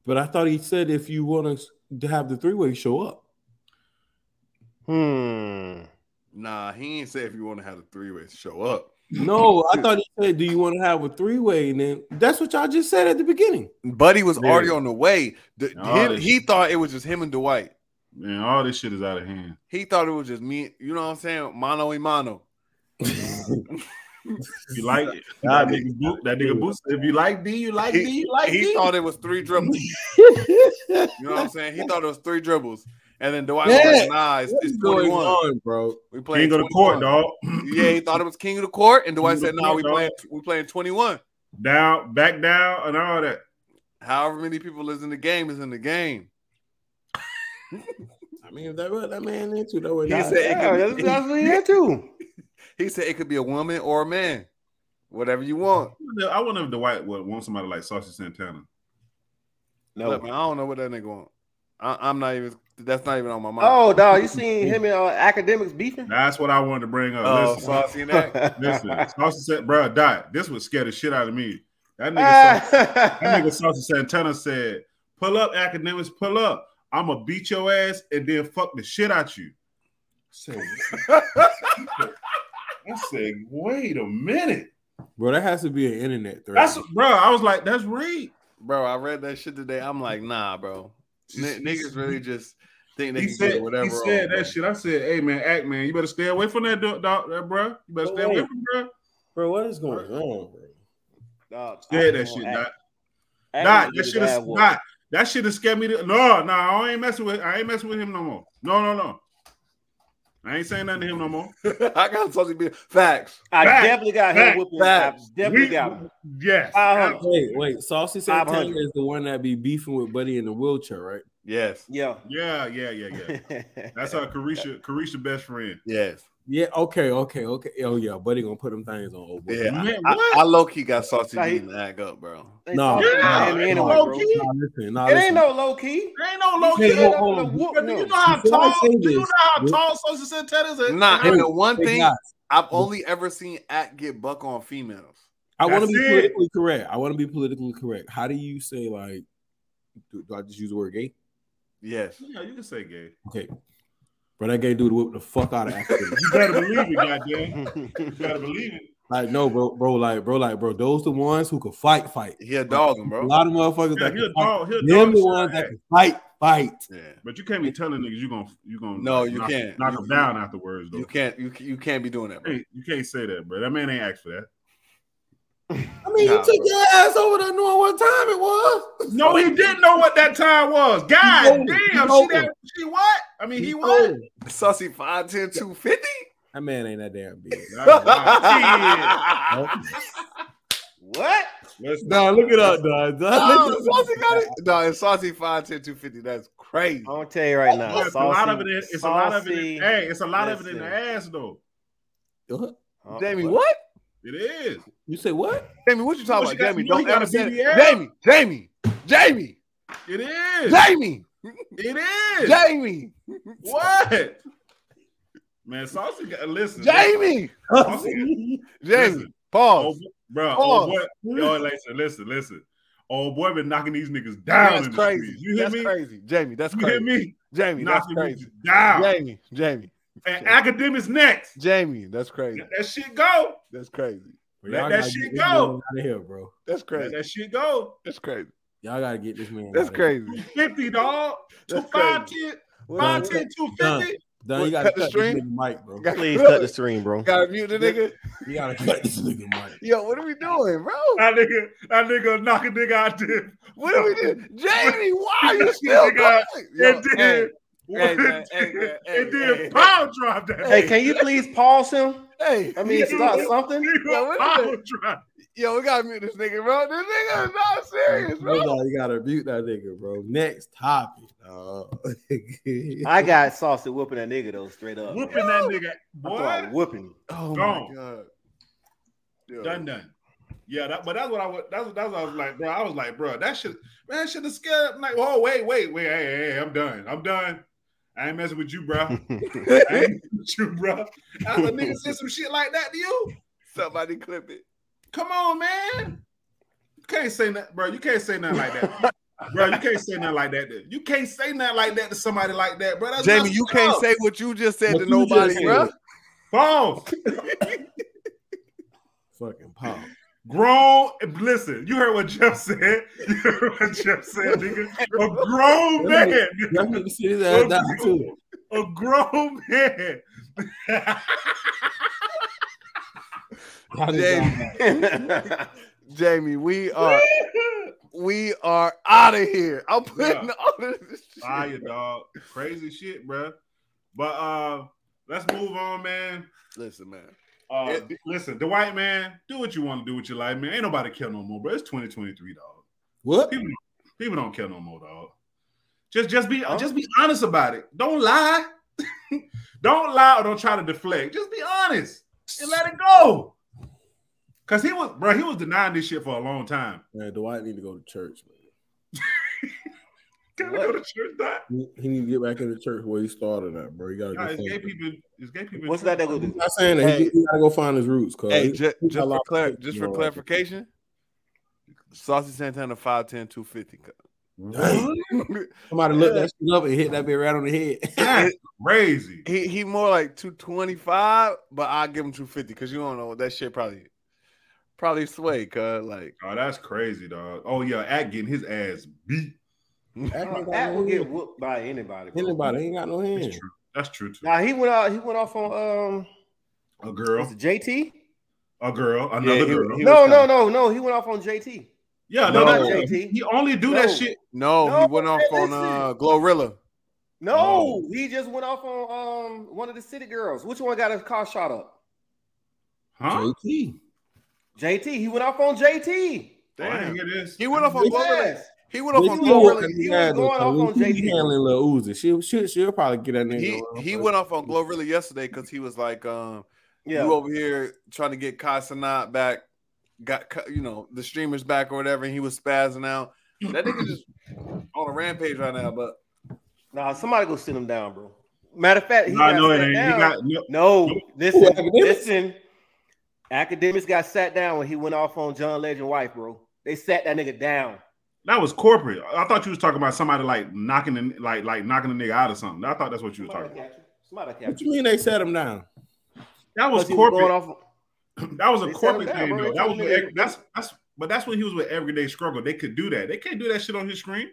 But I thought he said if you want to have the three way, show up.
Hmm.
Nah, he ain't say if you want to have a three way, show up.
No, I thought he said, do you want to have a three way? And then that's what y'all just said at the beginning.
Buddy was already on the way. The-
Nah,
him-
this-
he thought it was just him and Dwight.
Man, all this shit is out of hand.
He thought it was just me. You know what I'm saying? Mano y mano.
If you like it, that nigga boot, that nigga boot. said, If you like D, you like D,
He,
you like
he
D.
thought it was three dribbles. You know what I'm saying? He thought it was three dribbles. And then Dwight was
Yeah.
like, nah, it's,
What
it's
is going
21.
on, bro?
We playing
King of the court,
21.
dog.
Yeah, he thought it was king of the court. And Dwight
King of
said,
the
nah, we
court, dog.
playing, we playing 21.
*laughs* down, back down, and all that.
However many people is in the game is in the game.
I mean, if that was that man into that way.
He
nah.
said it
Yeah,
could
that's,
be-
that's what he into.
He said it could be a woman or a man. Whatever you want.
I wonder- I wonder if Dwight would want somebody like Saucy Santana.
Look, man, I don't know what that nigga want. I, I'm not even. That's not even on my mind.
Oh, dog, you seen him and uh, academics beefing?
That's what I wanted to bring up.
Oh,
listen,
saucy and that.
listen, Saucy said, bro, Dot, this would scare the shit out of me. That nigga, Saucy- that
Ah.
nigga Saucy Santana said, pull up, academics, pull up. I'm gonna beat your ass and then fuck the shit out you. I said, *laughs* I said, wait a minute.
bro, that has to be an internet threat.
That's bro. I was like, that's Reed.
*laughs* Bro, I read that shit today. I'm like, nah, bro. N- niggas really just think they
He
can
said,
get whatever.
he said
on,
that shit. I said, hey man, act man, you better stay away from that dog, dog that bro. You better stay away from bro.
bro, what is going on, bro?
Dog,
*laughs*
I
Said
don't
that shit,
act-
Dot.
act
Nah,
like
that
you
shit
bad
is
boy.
not. That shit is scared me. To, no, no, I ain't messing with. I ain't messing with him no more. No, no, no. I ain't saying nothing to him no more.
bro. I got social media facts.
I
Back,
definitely got him
back,
whooping.
back.
I definitely
We-
got him.
Yes.
Uh-huh.
Wait, wait. Saucy Santana
500.
is the one that be beefing with Buddy in the wheelchair, right?
Yes.
Yeah.
Yeah, yeah, yeah, yeah. That's
*laughs*
our Carisha, Carisha best friend.
Yes.
Yeah. Okay. Okay. Okay. Oh yeah, Buddy gonna put them things on old boy.
Yeah.
Man,
I,
what?
I, I low key got saucy
Nah, he-
media to act up, bro.
They
Nah.
talking about
Yeah,
him
it's
anyway,
low
bro.
key.
Nah, listen, nah,
It
listen.
ain't no low key.
There ain't no low
Hey,
key. Hey,
hold on.
you know how
Before I
tall.
say
You know
this,
how
this-
tall social Santana is.
Nah, and the one
Hey,
thing
guys,
I've only ever seen act get buck on females.
I want
That's
to be
it.
politically correct. I want to be politically correct. How do you say like? Do, do I just use the word gay?
Yes.
Yeah, you can say gay.
Okay. Bro, that gay dude whipped the fuck out of Africa. *laughs*
You better believe it, goddamn. You better believe it.
like, no, bro, bro, like, bro, like, bro, those the ones who could fight, fight.
He a dog,
A
bro.
lot of motherfuckers
Yeah,
that
he'll
can fight.
dog. He'll
Them
dog.
the
the
ones
shit out
that
of you.
can fight, fight.
Yeah.
But you can't be telling niggas you gonna you gonna
No, you
knock-
can't.
knock
You-
them down afterwards though.
You can't you you can't be doing that, bro.
Hey, you can't say that, bro. That man ain't asked for that.
I mean,
Nah,
you took
bro.
your ass over there knowing what time it was.
No, he didn't know what that time was.
He
God
told her. He
damn, she,
told
that,
her.
she what? I mean, he what?
Saucy 5'10, 250?
That man ain't that damn big.
*laughs*
God,
*laughs*
What?
shit. Listen,
Nah, look it up, dog.
*laughs*
Oh, *laughs* Saucy got it. No, it's Saucy 5'10, 250. That's crazy.
Oh,
I'm gonna tell you right now.
there's a lot of it. in- It's a lot of it. In, hey, it's a lot of it in the
listen.
ass though.
Uh-uh.
Jamie, what?
It is.
You say what?
Jamie, what you talking
Well, she
about? Jamie,
got-
don't
you got
ever
a
say
BBL.
Jamie, Jamie, Jamie,
It is.
Jamie,
It is.
Jamie,
What? Man, Saucy got listen.
Jamie,
Saucy-
Jamie.
Listen.
Pause.
Oh, bro,
Pause. *laughs*
oh, boy, yo, listen, listen, listen. Oh boy, been knocking these niggas down.
That's
in the
crazy.
streets. You hear
that's
me?
crazy, Jamie. That's
You
crazy.
hear me?
Jamie, that's
Knocking
crazy.
niggas down.
Jamie, Jamie,
And academics next.
Jamie, that's crazy.
Let that shit go.
That's crazy.
Let
Y'all
that
gotta
shit
get this
go.
man Out of here, bro.
That's
Let
crazy.
that Oh, shit go.
That's crazy.
Y'all gotta get this man.
That's
outta here.
crazy.
50, dog.
That's
250,
What-
510, 250.
Done. Done.
What,
You gotta
cut the
cut
stream?
this nigga mic, bro.
Got-
Please cut the stream, bro.
Gotta mute the nigga.
You gotta cut this nigga mic.
Yo, what are we doing, bro?
That nigga, that nigga knock a nigga out there.
What are we doing? Jamie, why are you
This
still
nigga got-
going? Yo,
And *laughs* then,
hey, man, hey,
and
man,
then-
hey,
and then
hey,
power drive that.
Hey, can
*laughs*
you please pause him?
hey,
I mean, stop something.
nigga.
Yeah, wait a
power
minute.
drive.
yo, we gotta mute this nigga, bro. This nigga is not serious,
Hold
bro.
on, you gotta mute that nigga, bro. Next topic. *laughs* dog.
I got saucy whooping that nigga though, straight up. man.
Whooping that nigga.
I thought I
Boy,
was whooping. *laughs* him.
Oh
Gone.
god. Yo, *laughs*
done done. Yeah, that, but that's what I was. That's, what- that's what I was like, bro. I was like, bro, that shit, man, shit is scared. I'm like, oh wait, wait, wait, hey, hey, hey, I'm done. I'm done. I ain't messing with you, bro.
*laughs*
I ain't messing with you, bro. After a nigga said some shit like that to you,
somebody clip it.
come on, man. You can't say that, bro. You can't say nothing like that, bro. You can't say nothing like that. To, you can't say nothing like that to somebody like that, bro. That's
Jamie,
messed
you can't
up.
say what you just said to
What you just
nobody,
said.
bro.
Boss,
Fucking pop.
grown. Listen, you heard what Jeff said. *laughs* You heard what Jeff said, nigga. A grown man. nigga.
Y'all need to sit his ass down too.
A grown man. *laughs*
Y'all just
Jamie.
gotta-
Jamie, we are we are out of here. I'm putting
Yeah.
all of this shit.
Fire, dog. Crazy shit, bruh. But uh, let's move on, man.
Listen, man.
Uh, d- listen, the white man, do what you want to do with your life, man. Ain't nobody care no more, bro. It's 2023, dog.
What?
People don't care no more, dog. Just, just be, just be honest about it. Don't lie. *laughs* don't lie or don't try to deflect. Just be honest and let it go. Cause he was, bro. He was denying this shit for a long time.
Man, Dwight need to go to church, man.
Can I go to church, dog?
He- He need to get back in the church where he started at, bro. He gotta
Nah,
go.
it's gay
find-
people. It's gay people.
What's that that go
I'm
do?
not saying that he,
Hey.
he gotta go find his roots, cause
Hey,
he-
just,
he got
just
a lot
for
of
clar-
shit
just
going
for
on.
clarification, Saucy Santana 5'10", 250.
Dang.
*laughs*
Somebody look that shit up and hit that bit right on the head.
That's crazy.
He he more like 225, but I give him 250 because you don't know what that shit probably probably sway, cuz like
Oh, that's crazy, dog. Oh yeah, at getting his ass beat.
That will get whooped by anybody. bro.
Anybody ain't got no
That's
hands.
true. That's true too.
Now he went out. He went off on um
A
was
girl,
it JT.
a girl, another
Yeah, he-
girl.
he-
no,
was
no,
kinda-
no, no. He went off on JT.
yeah, no,
No.
no,
JT.
he only do that
No.
shit.
no, he
No,
went off
man,
on uh Glorilla.
No,
Oh.
he just went off on um one of the city girls. Which one got his car shot up?
Huh?
JT.
JT. He went off on JT.
Oh, I didn't hear this.
He went off on Glorilla.
Yes.
He went off on
He was
Glorilla.
he was
handling
going off on JT.
Lil Uzi. She, she, she'll probably get that nigga.
He
on
he
first.
went off on Glorilla yesterday because he was like, um,
Yeah.
you over here trying to get Kasanat back, got Ka- you know the streamers back or whatever, and he was spazzing out. That
*clears throat*
nigga just on a rampage right now, but
Nah, somebody go sit him down, bro. Matter of fact, he
Nah,
got
no, it
sat
ain't. He
down.
got no,
No, listen,
Who, academics?
listen. Academics got sat down when he went off on John Legend wife, bro. They sat that nigga down.
that was corporate. I I thought you was talking about somebody like knocking, the, like like knocking a nigga out or something. I thought that's what you were
Somebody
talking
catch
about.
him. Somebody catch
What
him.
you mean they sat him
*laughs*
down?
That was
Because he was
corporate.
going off.
that was a
They set
corporate
him down, bro.
thing, though.
They
That was
told him that-
with- that's that's. But that's when he was with Everyday Struggle. They could do that. They can't do that shit on his screen.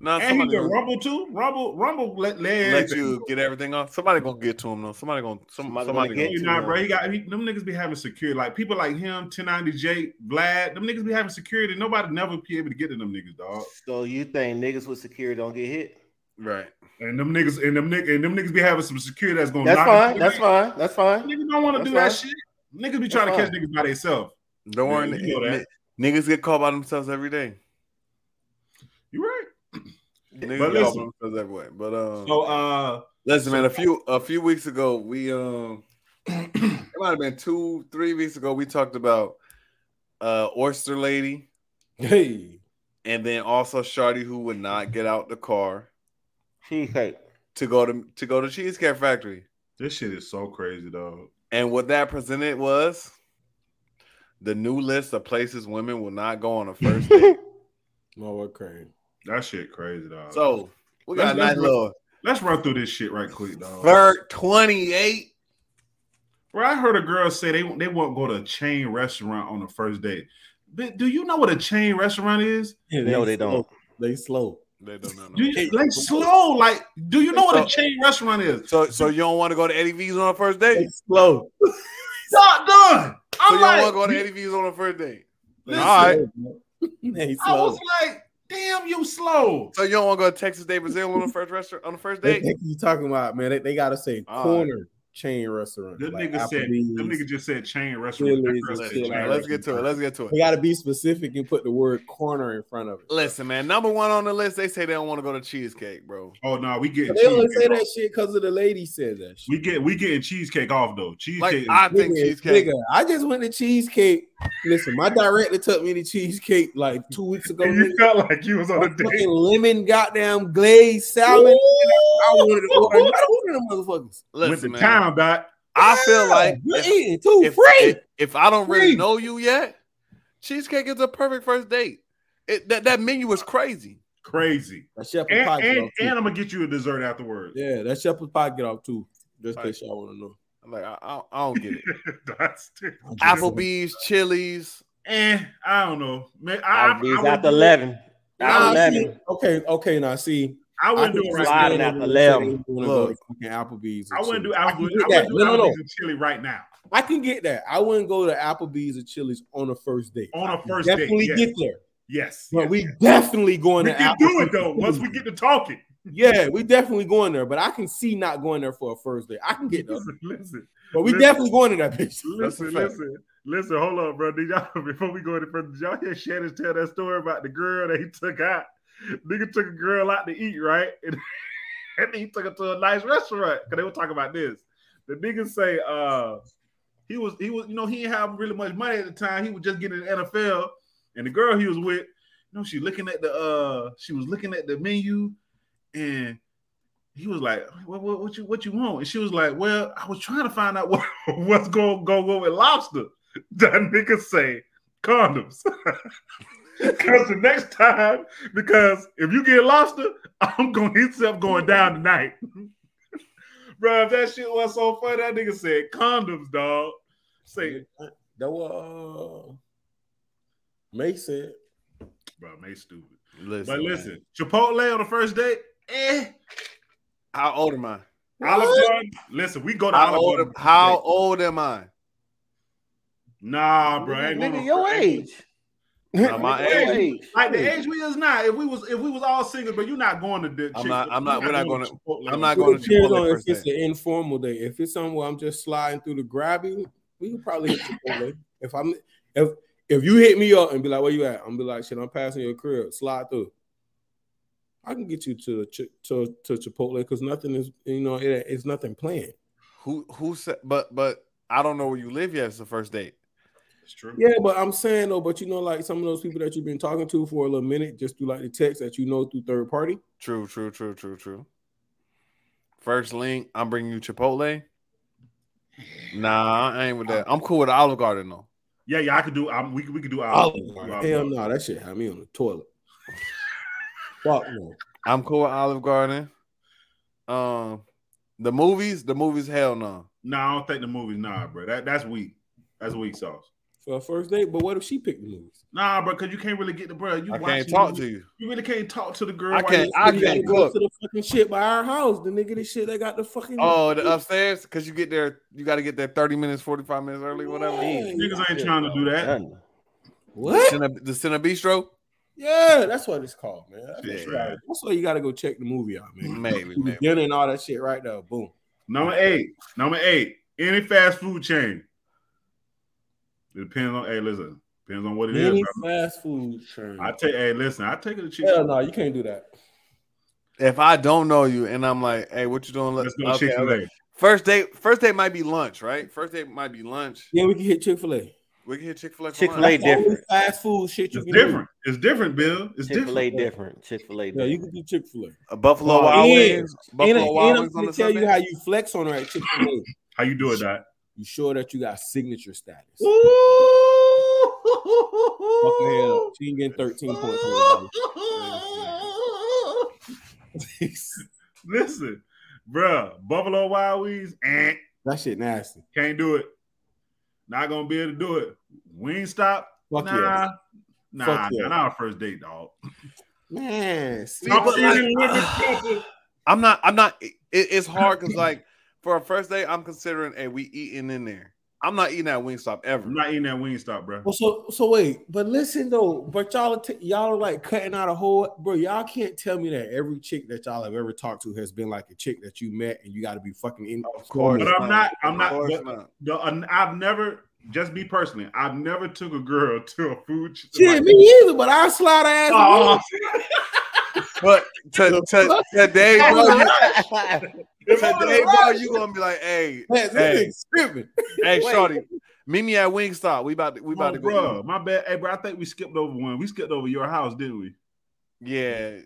nah,
And he
somebody
did
gonna
Rumble too. Rumble, Rumble let,
let you get everything off. Somebody gonna get to him though. Somebody gonna some, somebody,
Somebody gonna
gonna
get
You
to
know,
him.
bro. He got he, them niggas be having security. Like people like him, 1090J, Vlad. Them niggas be having security. Nobody never be able to get to them niggas, dog.
So you think niggas with security don't get hit?
right.
And them niggas and them niggas and them niggas be having some security that's gonna.
That's
knock
fine.
them
That's
down.
fine. That's fine.
Niggas don't want to
That's
do that
fine.
shit. Niggas be trying to
That's
catch niggas by themselves.
Don't worry,
Yeah, you know
n-
that.
niggas get caught by themselves every day.
You right?
Niggas
But
get caught by
listen.
themselves everywhere. But uh,
So uh,
Listen, man, a few a few weeks ago, we um *clears throat* it might have been two, three weeks ago, we talked about uh Oyster Lady
Hey,
and then also Shardy who would not get out the car
Cheesecake.
to go to to go to Cheesecake Factory.
this shit is so crazy, dog.
And what that presented was the new list of places women will not go on a first
*laughs*
date.
No, what crazy.
That shit crazy, dog.
so we got
Let's-
that
let's-
little
let's run through this shit right quick, dog.
Vert 28.
Bro, I heard a girl say they they won't go to a chain restaurant on the first date. But do you know what a chain restaurant is?
Yeah,
No, they don't.
slow. They slow.
They don't know.
Do you, like slow, like do you know what a chain restaurant is?
So, so you don't want to go to Eddie V's on a first
They
date?
slow.
Not done.
So
I'm
you don't want to
like,
go to Eddie V's on a first date?
listen,
All right.
They
I
slow.
was like, damn, you slow.
So you don't want to go to Texas Day Brazil on the first restaurant on the first
They,
date?
they keep talking about man. They, they gotta say
All right.
corner chain restaurant.
That
like
nigga said,
Applebee's.
that nigga just said chain restaurant. That
Chili's
girl
and
said
shit
chain
like that.
Let's get to it. Let's get to it.
They gotta be specific and put the word corner in front of it.
Listen, man, number one on the list, they say they don't want to go to cheesecake, bro.
Oh no, we
But
getting
they only say
cheesecake. off.
that shit because of the lady said that. Shit.
We get we getting cheesecake off though.
Like
Cheesecake.
I think
Nigga,
cheesecake.
nigga, I just went to cheesecake. Listen, my director took me to cheesecake like two weeks ago.
and you
nigga.
felt like you was on a
A
date.
fucking lemon, goddamn glazed salmon. I wanted to order. I don't order them motherfuckers.
With the
Listen, man,
time back.
I feel like
Yeah,
if,
too
if,
free.
if, if I don't really
Free.
know you yet, cheesecake is a perfect first date. It, that that menu is crazy.
Crazy.
that shepherd
And,
pie get
and,
off too.
and I'm gonna get you a dessert afterwards.
Yeah, that shepherd pie get off too. Just in case y'all want to know.
I'm like, I, I, I don't
*laughs*
get it.
*laughs* That's it.
Applebee's, Chili's.
Eh, I don't know. Man, I, I, I,
Applebee's
wouldn't
after
do it.
eleven.
Nah,
After
see,
eleven.
okay, okay. Now see,
I wouldn't do
can
it
just
right
slide
now.
it
stand
out
over
the
here
lemon.
and say they wanna
Look.
go to fucking Applebee's. and
I wouldn't do Applebee's. I
Chili's. can
wouldn't
get that.
do
No, no, no.
Applebee's and chili right now
I can get that. I wouldn't go to Applebee's or Chili's on a first date.
on a first date.
definitely
yes.
get there,
yes,
but
yes.
we definitely going
we
to
can do it
Applebee's.
though once we get to
*laughs*
talking.
Yeah, we definitely going there, but I can see not going there for a first date. I can get there,
Listen, listen,
but we
Listen.
definitely going to that bitch.
listen, listen, listen. Hold on, bro. Did y'all *laughs* before we go any further? Did y'all hear Shannon tell that story about the girl that he took out? Nigga took a girl out to eat, right? *laughs* And, and he took her to a nice restaurant because they were talking about this. The nigga say, uh, he was he was you know he didn't have really much money at the time. He was just getting in the NFL, and the girl he was with, you know, she looking at the uh she was looking at the menu, and he was like, what, what, what you what you want? And she was like, well, I was trying to find out what *laughs* what's going going on with lobster. *laughs* That nigga say condoms. *laughs* Because the next time, because if you get lobster, *laughs* I'm going to hit something going down tonight. *laughs* Bro, if that shit was so funny, that nigga said condoms, dog. Say,
That was uh, Mason.
bro, May stupid.
Listen,
But
man.
listen, Chipotle on the first date, eh.
how old am I?
Olive Garden, listen, we go to
How
Olive
old?
Garden.
Am, how old am
*laughs*
I?
Nah, bro, I ain't going
Nigga,
to-
your
I ain't-
age.
Am I
Hey,
Your age.
Like the age we is now. If we was if we was all single, but you're not going to the.
I'm not- I'm not- we're not going to-
Chipotle.
I'm not
It
going to
depends
Chipotle
on if
first
it's
date.
an informal day. If it's somewhere I'm just sliding through the grabby, we could probably hit Chipotle. if I'm if if you hit me up and be like, "Where you at?" I'm be like, "Shit, I'm passing your crib. Slide through." I can get you to Chi- to to Chipotle because nothing is you know it, it's nothing planned.
Who who said? But but I don't know where you live yet. It's the first date.
It's true.
Yeah, but I'm saying though, but you know, like some of those people that you've been talking to for a little minute, just through like the text that you know through third party.
True, true, true, true, true. First link, I'm bringing you Chipotle. Nah, I ain't with that. I'm cool with Olive Garden though.
Yeah, yeah, I could do. Um, we could- we could do. Olive
Olive Garden.
Garden.
Oh, Hell no, that shit had me on the toilet. Fuck no.
I'm cool with Olive Garden. Um, the movies, the movies, hell no.
No, I don't think the movie. Nah, bro, that that's weak. That's weak sauce.
For a first date, but what if she picked the movies?
Nah, bro, because you can't really get the bro. You
I
watching
can't
the
talk
movie,
to you.
You really can't talk to the girl.
I
while
can't-
you-
I
You
can't
gotta go
cook.
to the fucking shit by our house. The nigga, the shit they got the fucking.
Oh, the upstairs because you get there, you got to get there 30 minutes, 45 minutes early, whatever.
Yeah.
Niggas ain't trying to do that.
Done.
what?
Cine- the Cine Bistro,
Yeah, that's what it's called, man. That's, what
Yeah.
you gotta- that's why you gotta go check the movie out, man.
*clears throat* maybe, maybe.
Dinner and all that shit right there. Boom.
Number eight. Number eight. Any fast food chain. It depends on. Hey, listen. Depends on what it is.
Any
bro.
fast food chain.
I take. Hey, listen. I take it to cheap.
Hell no, you can't do that.
If I don't know you and I'm like, hey, what you doing?
Let's go
Okay,
Chick Fil
okay.
A.
First date, first date might be lunch, right? First date might be lunch.
Yeah, we can hit Chick Fil A.
We can hit Chick Fil A.
Chick-fil-A
That's the only
different.
Fast food shit you
It's
can
different. It's different, Bill. It's
Chick Fil
different.
A different. Chick Fil A
do. Yeah, you
different.
can do Chick Fil A.
A Buffalo
Oh,
Wild
yeah.
Wings.
And,
Buffalo
and
Wild
I'm
Wings on
gonna
the
tell you
Sunday.
*laughs*
how you flex on her at Chick Fil A.
How you do it, Doc?
You sure that you got signature status? Fucking hell. She didn't get 13 points. from nobody. *laughs*
Listen, bruh, Buffalo Wild Wings, eh,
That shit nasty.
can't do it. Not gonna be able to do it. Wingstop,
Fuck
nah,
yeah.
nah,
Fuck yeah.
nah, not our first date, dog.
Man, see,
I'm
but like-
saying,
*laughs*
listen,
I'm not. I'm not. It,
*laughs*
it's hard because like for a first day, I'm considering hey, we eating in there. I'm not eating at Wingstop ever.
I'm not eating that Wingstop, bro.
Well, so so wait, but listen though, but y'all are t- y'all are like cutting out a whole bro. Y'all can't tell me that every chick that y'all have ever talked to has been like a chick that you met and you got to be fucking in.
Of course
But I'm not- I'm
Of
not-
course
but- The, uh, I've never, just me personally, I've never took a girl *laughs* to a food. ch-
Shit,
like-
me either. But I slide her ass.
*laughs* Oh,
Oh,
But to, to, today, bro,
*laughs*
you,
if I would've
today, bro, you gonna be like, hey,
man, this nigga tripping.
hey, shorty, meet me at Wingstop. We about to, we about
Oh,
to go.
bro,
eat.
my bad. Hey, bro, I think we skipped over one. We skipped over your house, didn't we?
Yeah,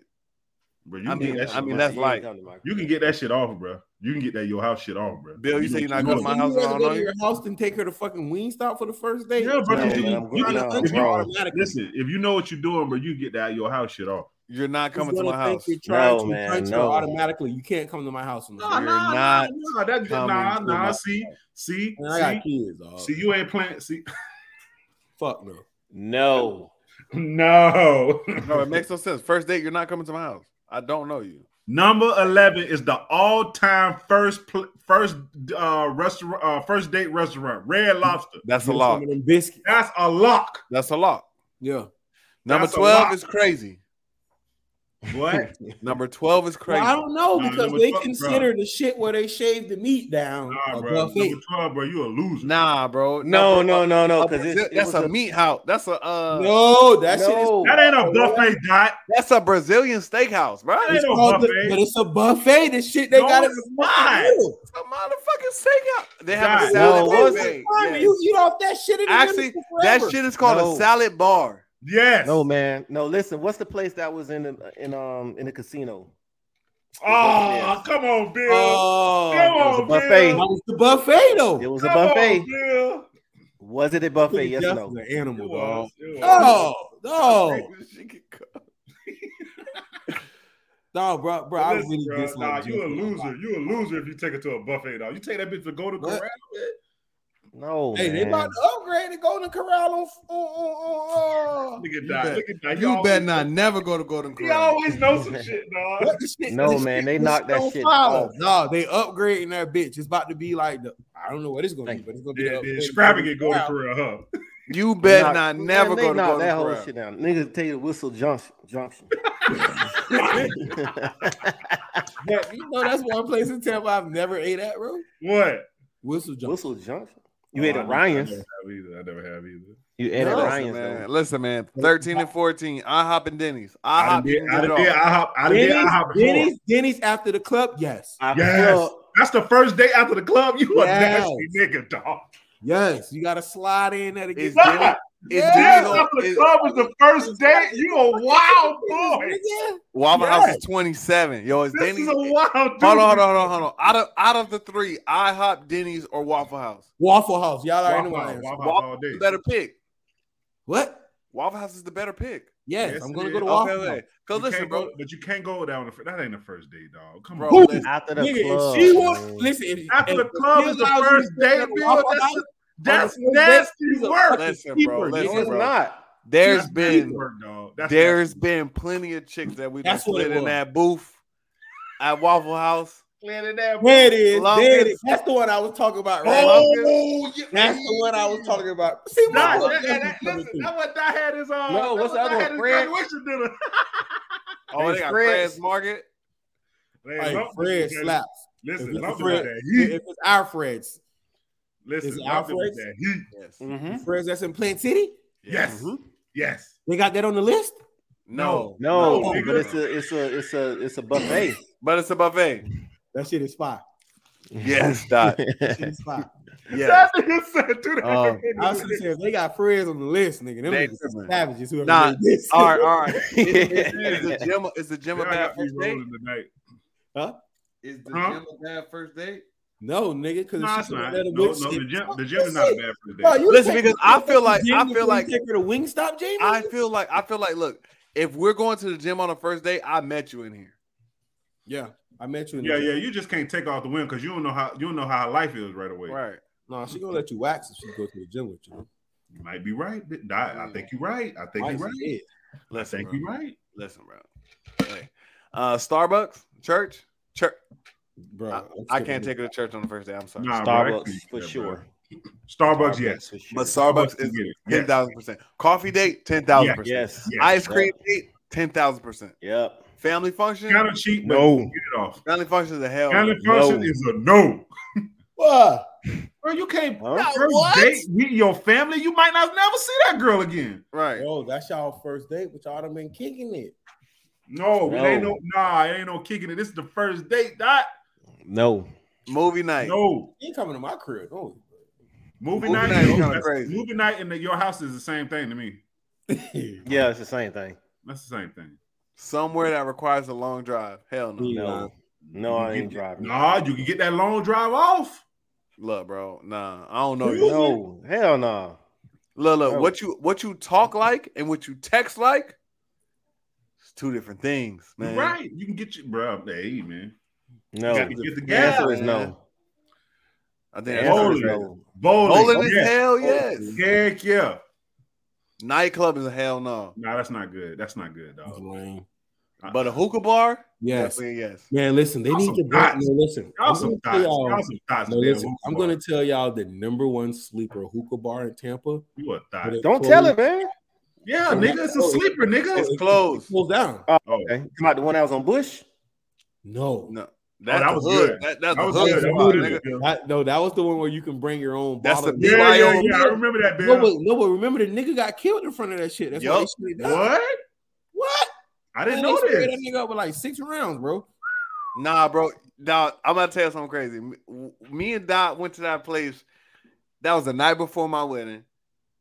Bro, you
I
can get
mean,
that shit
I mean
off.
that's like,
you can get that shit off, bro. You can get that your house shit off, bro.
Bill, you say you're not going to my
You
house
rather
and I don't
go
know
to
you.
your house and take her to fucking Wingstop for the first date.
Yeah, bro.
No,
you-
man, I'm
you-
good.
you-
No,
if you-
bro.
automatically.
Listen, if you know what you're doing, bro, you get that your house shit off.
You're not coming to
She's
my
gonna think
house.
You're trying
No,
to
man,
punch her
no.
automatically. You can't come to my house. No,
Uh-huh.
You're not
Nah, that,
coming
nah,
to
nah.
my-
See, see,
man, I
see,
got kids. Dog.
see. You ain't playing. See, *laughs*
Fuck no.
No.
no.
No, it makes no sense. First date, you're not coming to my house. I don't know you.
*laughs* Number eleven is the all-time first pl- first uh restaurant uh first date restaurant, Red Lobster.
That's a
Get
lot.
Some of them biscuits.
That's a lock.
That's a lot.
Yeah.
Number
That's a
twelve
lot.
is crazy.
What?
Number twelve is
Well,
crazy.
I don't know
Nah,
because
number
they
12,
consider the shit where they shave the meat down.
nah,
a
bro.
buffet.
Number twelve, bro. You a loser.
nah, bro.
No,
Number-
no, no, no.
a
Because
Brazil-
it's
that's a, meat house. That's a uh,
No, that shit is
no.
That ain't a buffet, Dot.
that's a Brazilian steakhouse, bro.
That
It's
ain't no
called the-
buffet.
but it's a buffet. The shit they
No,
got in
it's
the
not.
fucking middle.
a motherfucking steakhouse. They have
Guys,
a salad
no,
What's
buffet.
the time
Yes.
You eat off that shit in the
Actually,
middle
That
forever.
shit is called
No.
a salad
*laughs*
bar.
Yes.
No, man. No, listen. What's the place that was in the in um in the casino?
Oh, come on, Bill. come
Oh,
was a
on,
buffet.
That
Bill.
was the buffet though.
It was
Come
a buffet.
on, Bill.
Was it a buffet? Yes or no?
Definitely an animal,
It
dog.
was, it was.
No, Oh, no,
She can cook.
no, bro, bro. I
Listen,
really
bro,
dislike
nah, you a
Jeff.
loser. You a loser if you take it to a buffet, dog. You take that bitch to Golden
What?
Corral.
No.
Hey, they
man.
about to upgrade the Golden Corral on. on, on, on.
Look at
You
that.
bet-
Look at that. He
You
always-
better not never go to Golden
He
Corral.
always knows some shit, dog.
What the shit-
No,
the
man,
shit
they
was
knocked that
on
shit
fire.
off.
No, they upgrading that bitch. It's about to be like the I don't know what it's gonna be,
Thank
but it's gonna be
Yeah,
the
yeah,
upgraded
extravagant Golden
Corral.
Corral, huh?
You
They
better not
knocked-
never
man, they
go to
knocked
Golden
that whole
Corral.
shit down. Niggas tell you to whistle junction.
*laughs*
Junction.
But you know that's one place in Tampa I've never ate at, bro.
What?
Whistle Jump.
whistle junction. You
Oh,
ate
I
at
never-
Ryan's.
I never have either. I never have either.
You ate at
Listen,
Ryan's.
man.
though.
Listen, man. 13 and 14. I hop and Denny's. I
I
hop
done did.
and
I
get it
done did.
off.
I hop. I done did. I hop
Denny's,
before.
Denny's, Denny's after the club, yes,
I
Yes.
felt-
That's the first day after the club. You a
Yes.
nasty nigga, dog.
yes. You gotta slide in there to get
Is
Fuck.
Denny's- is
Yeah.
Day
Denny's on-
after the
is-
club was the first day. You a
*laughs*
wild boy.
Nigga.
Waffle
Yes.
House is 27. Yo, it's
This
Denny's.
is a
Hold
wild dude.
on, hold on, hold on, hold on. Out of out of the three, I hop Denny's or Waffle House.
Waffle House. Y'all already know
Waffle
my
House,
answer.
Waffle House
Waffle
all
House is
day.
the better pick.
What?
Waffle House is the better pick.
Yes,
Yes,
I'm
it
gonna
is.
go to
Okay,
Waffle House.
wait. Cause
You
listen,
can't
bro.
go- but you can't go down. The, fir- that ain't the first day, dog. Come
Bro,
on.
listen.
After the
Nigga,
club.
if she
man.
wants, listen. If,
After
if
the club
she
is the
allows you
first
to
day,
go to
Bill,
Waffle
that's-
House,
That's
on the first day, she's
nasty
a
work.
fucking
Listen, bro,
keeper.
listen,
No, it's
bro.
not.
There's
That's nasty
been
work, dog. That's
there's been plenty of chicks that we done
That's what it
slid in
was.
that booth at Waffle House.
nasty. That
There it is.
Longest-
There it is. That's the one I was talking about, right?
Oh, yeah.
That's the one I was talking about. See, my
Nah,
book
that, that,
definitely
that,
coming
listen,
through.
that what Dot had his uh,
No,
that what
what's the other
Dot
one?
had his
Fred?
graduation dinner.
Oh,
Hey,
they got
Fred's.
Fred's Market.
Man,
Hey,
Lumpkin
Fred
said-
slaps. If
Listen,
it's
Lumpkin
Fred-
with that
If
heat.
it's our Freds,
Listen,
it's
Lumpkin with
Alfred's.
that heat.
Yes.
Mhm.
Freds that's in Plant City,
Yes,
Mm-hmm.
yes.
they got that on the list.
No,
No,
No, nigga.
but it's a it's a it's a it's a buffet.
but it's a *laughs* buffet.
That shit is fire.
Yes, *laughs* Dot.
That shit
*laughs*
is fire.
Yes.
That nigga said, do *laughs* that.
Uh,
I was just saying, they got Freds on the list, nigga. Them
They
niggas
tripping.
is savages. Whoever
Nah,
made this.
All right, *laughs* all right. Is the
yeah.
gym *laughs* is the gym
Y'all
a bad
got me
first date?
rolling tonight.
Is the
Huh?
gym a bad first date?
No, nigga, because
No,
if
it's
she
not.
let
No,
a
no,
bitch sit-
the gym, the gym is not bad for the
Bro,
day.
you
Listen,
take-
because I feel like-
Jamie
I feel
before you
like-
take her to Wingstop, Jamie.
I feel like I feel like look, if we're going to the gym on the first day, I met you in here.
yeah, I met you. In
Yeah,
the
yeah. You just can't take off the win because you don't know how you don't know how her life is right away.
Right.
No, she gonna let you wax if she go to the gym with you.
You might be right. I, I think you're right. I think you're right.
Yeah.
I
Listen,
think
bro.
you're right.
Listen, bro. Hey. Uh, Starbucks, church, church.
bro.
I, I
I'm skipping
can't
this.
take her to church on the first day. I'm sorry.
Nah, bro, I can't do
Starbucks for
that,
sure.
bro. Starbucks, yes.
for sure.
But Starbucks
you
is
get it.
ten
Yes.
thousand percent. Coffee date, ten thousand percent.
Yes.
Yes.
Ice cream date, ten thousand percent.
Yep.
Family function,
Kind of cheap. but
No.
Get it off.
family function is a hell.
Kind of function
No.
is a no.
What?
Bro, you can't
Huh?
that first date meet your family. You might not never see that girl again.
Right.
Yo, that's y'all first date, but y'all done been kicking it.
No, it ain't
No.
no. Nah, it ain't no kicking it. This is the first date. Dot.
No.
Movie night.
No,
You ain't coming to my crib, oh.
movie,
Movie
night.
night is
no,
kinda
that's-
crazy.
Movie night in the, your house is the same thing to me. *laughs*
Yeah, it's the same thing.
That's the same thing.
Somewhere that requires a long drive. Hell no.
No. No, I
You
ain't
get-
driving.
Nah, you can get that long drive off.
Look, bro. Nah, I don't know. you.
No. Hell no.
Look, look,
No.
what you what you talk like and what you text like, it's two different things, man.
Right, you can get your bro. Hey man,
No.
you got to get the
The
gas.
answer is no.
I think
The
that's
answer
Bowling.
is no.
Bowling, oh,
bowling is
yeah.
hell yes.
Heck yeah.
Nightclub is a hell no.
Nah, that's not good. That's not good, dog.
But a hookah bar,
Yes.
definitely a yes.
Man, listen, they
Y'all
need
some
to break.
guys.
No, listen.
Y'all
I'm
some
gonna
thoughts.
tell
Y'all
y'all.
some thoughts.
No,
there.
listen.
Who
I'm
you
gonna
are.
tell y'all the number one sleeper hookah bar in Tampa.
You a thought.
But it
Don't
closed-
tell it, man.
Yeah, nigga, it's a sleeper, nigga.
It's closed.
Closed down.
Oh,
Okay. You talking about the one I was on Bush?
No,
No. That's
that
the
was
hood. That,
good.
that's
that
the
was
hood
good. That
spot,
was
nigga.
good. Yeah,
That- no, that was the one where you can bring your own
That's
bottle.
the
of-
big-
yeah, yeah,
BYO.
yeah. I remember that,
no, but,
Bill.
no, but remember the nigga got killed in front of that shit. That's why
Yup.
they shit down.
What?
What?
I
Man,
didn't
they
know
sprayed
this.
that nigga up with like six rounds, bro.
Nah, bro. Now I'm about to tell you something crazy. Me- w- Me and Dot went to that place. That was the night before my wedding,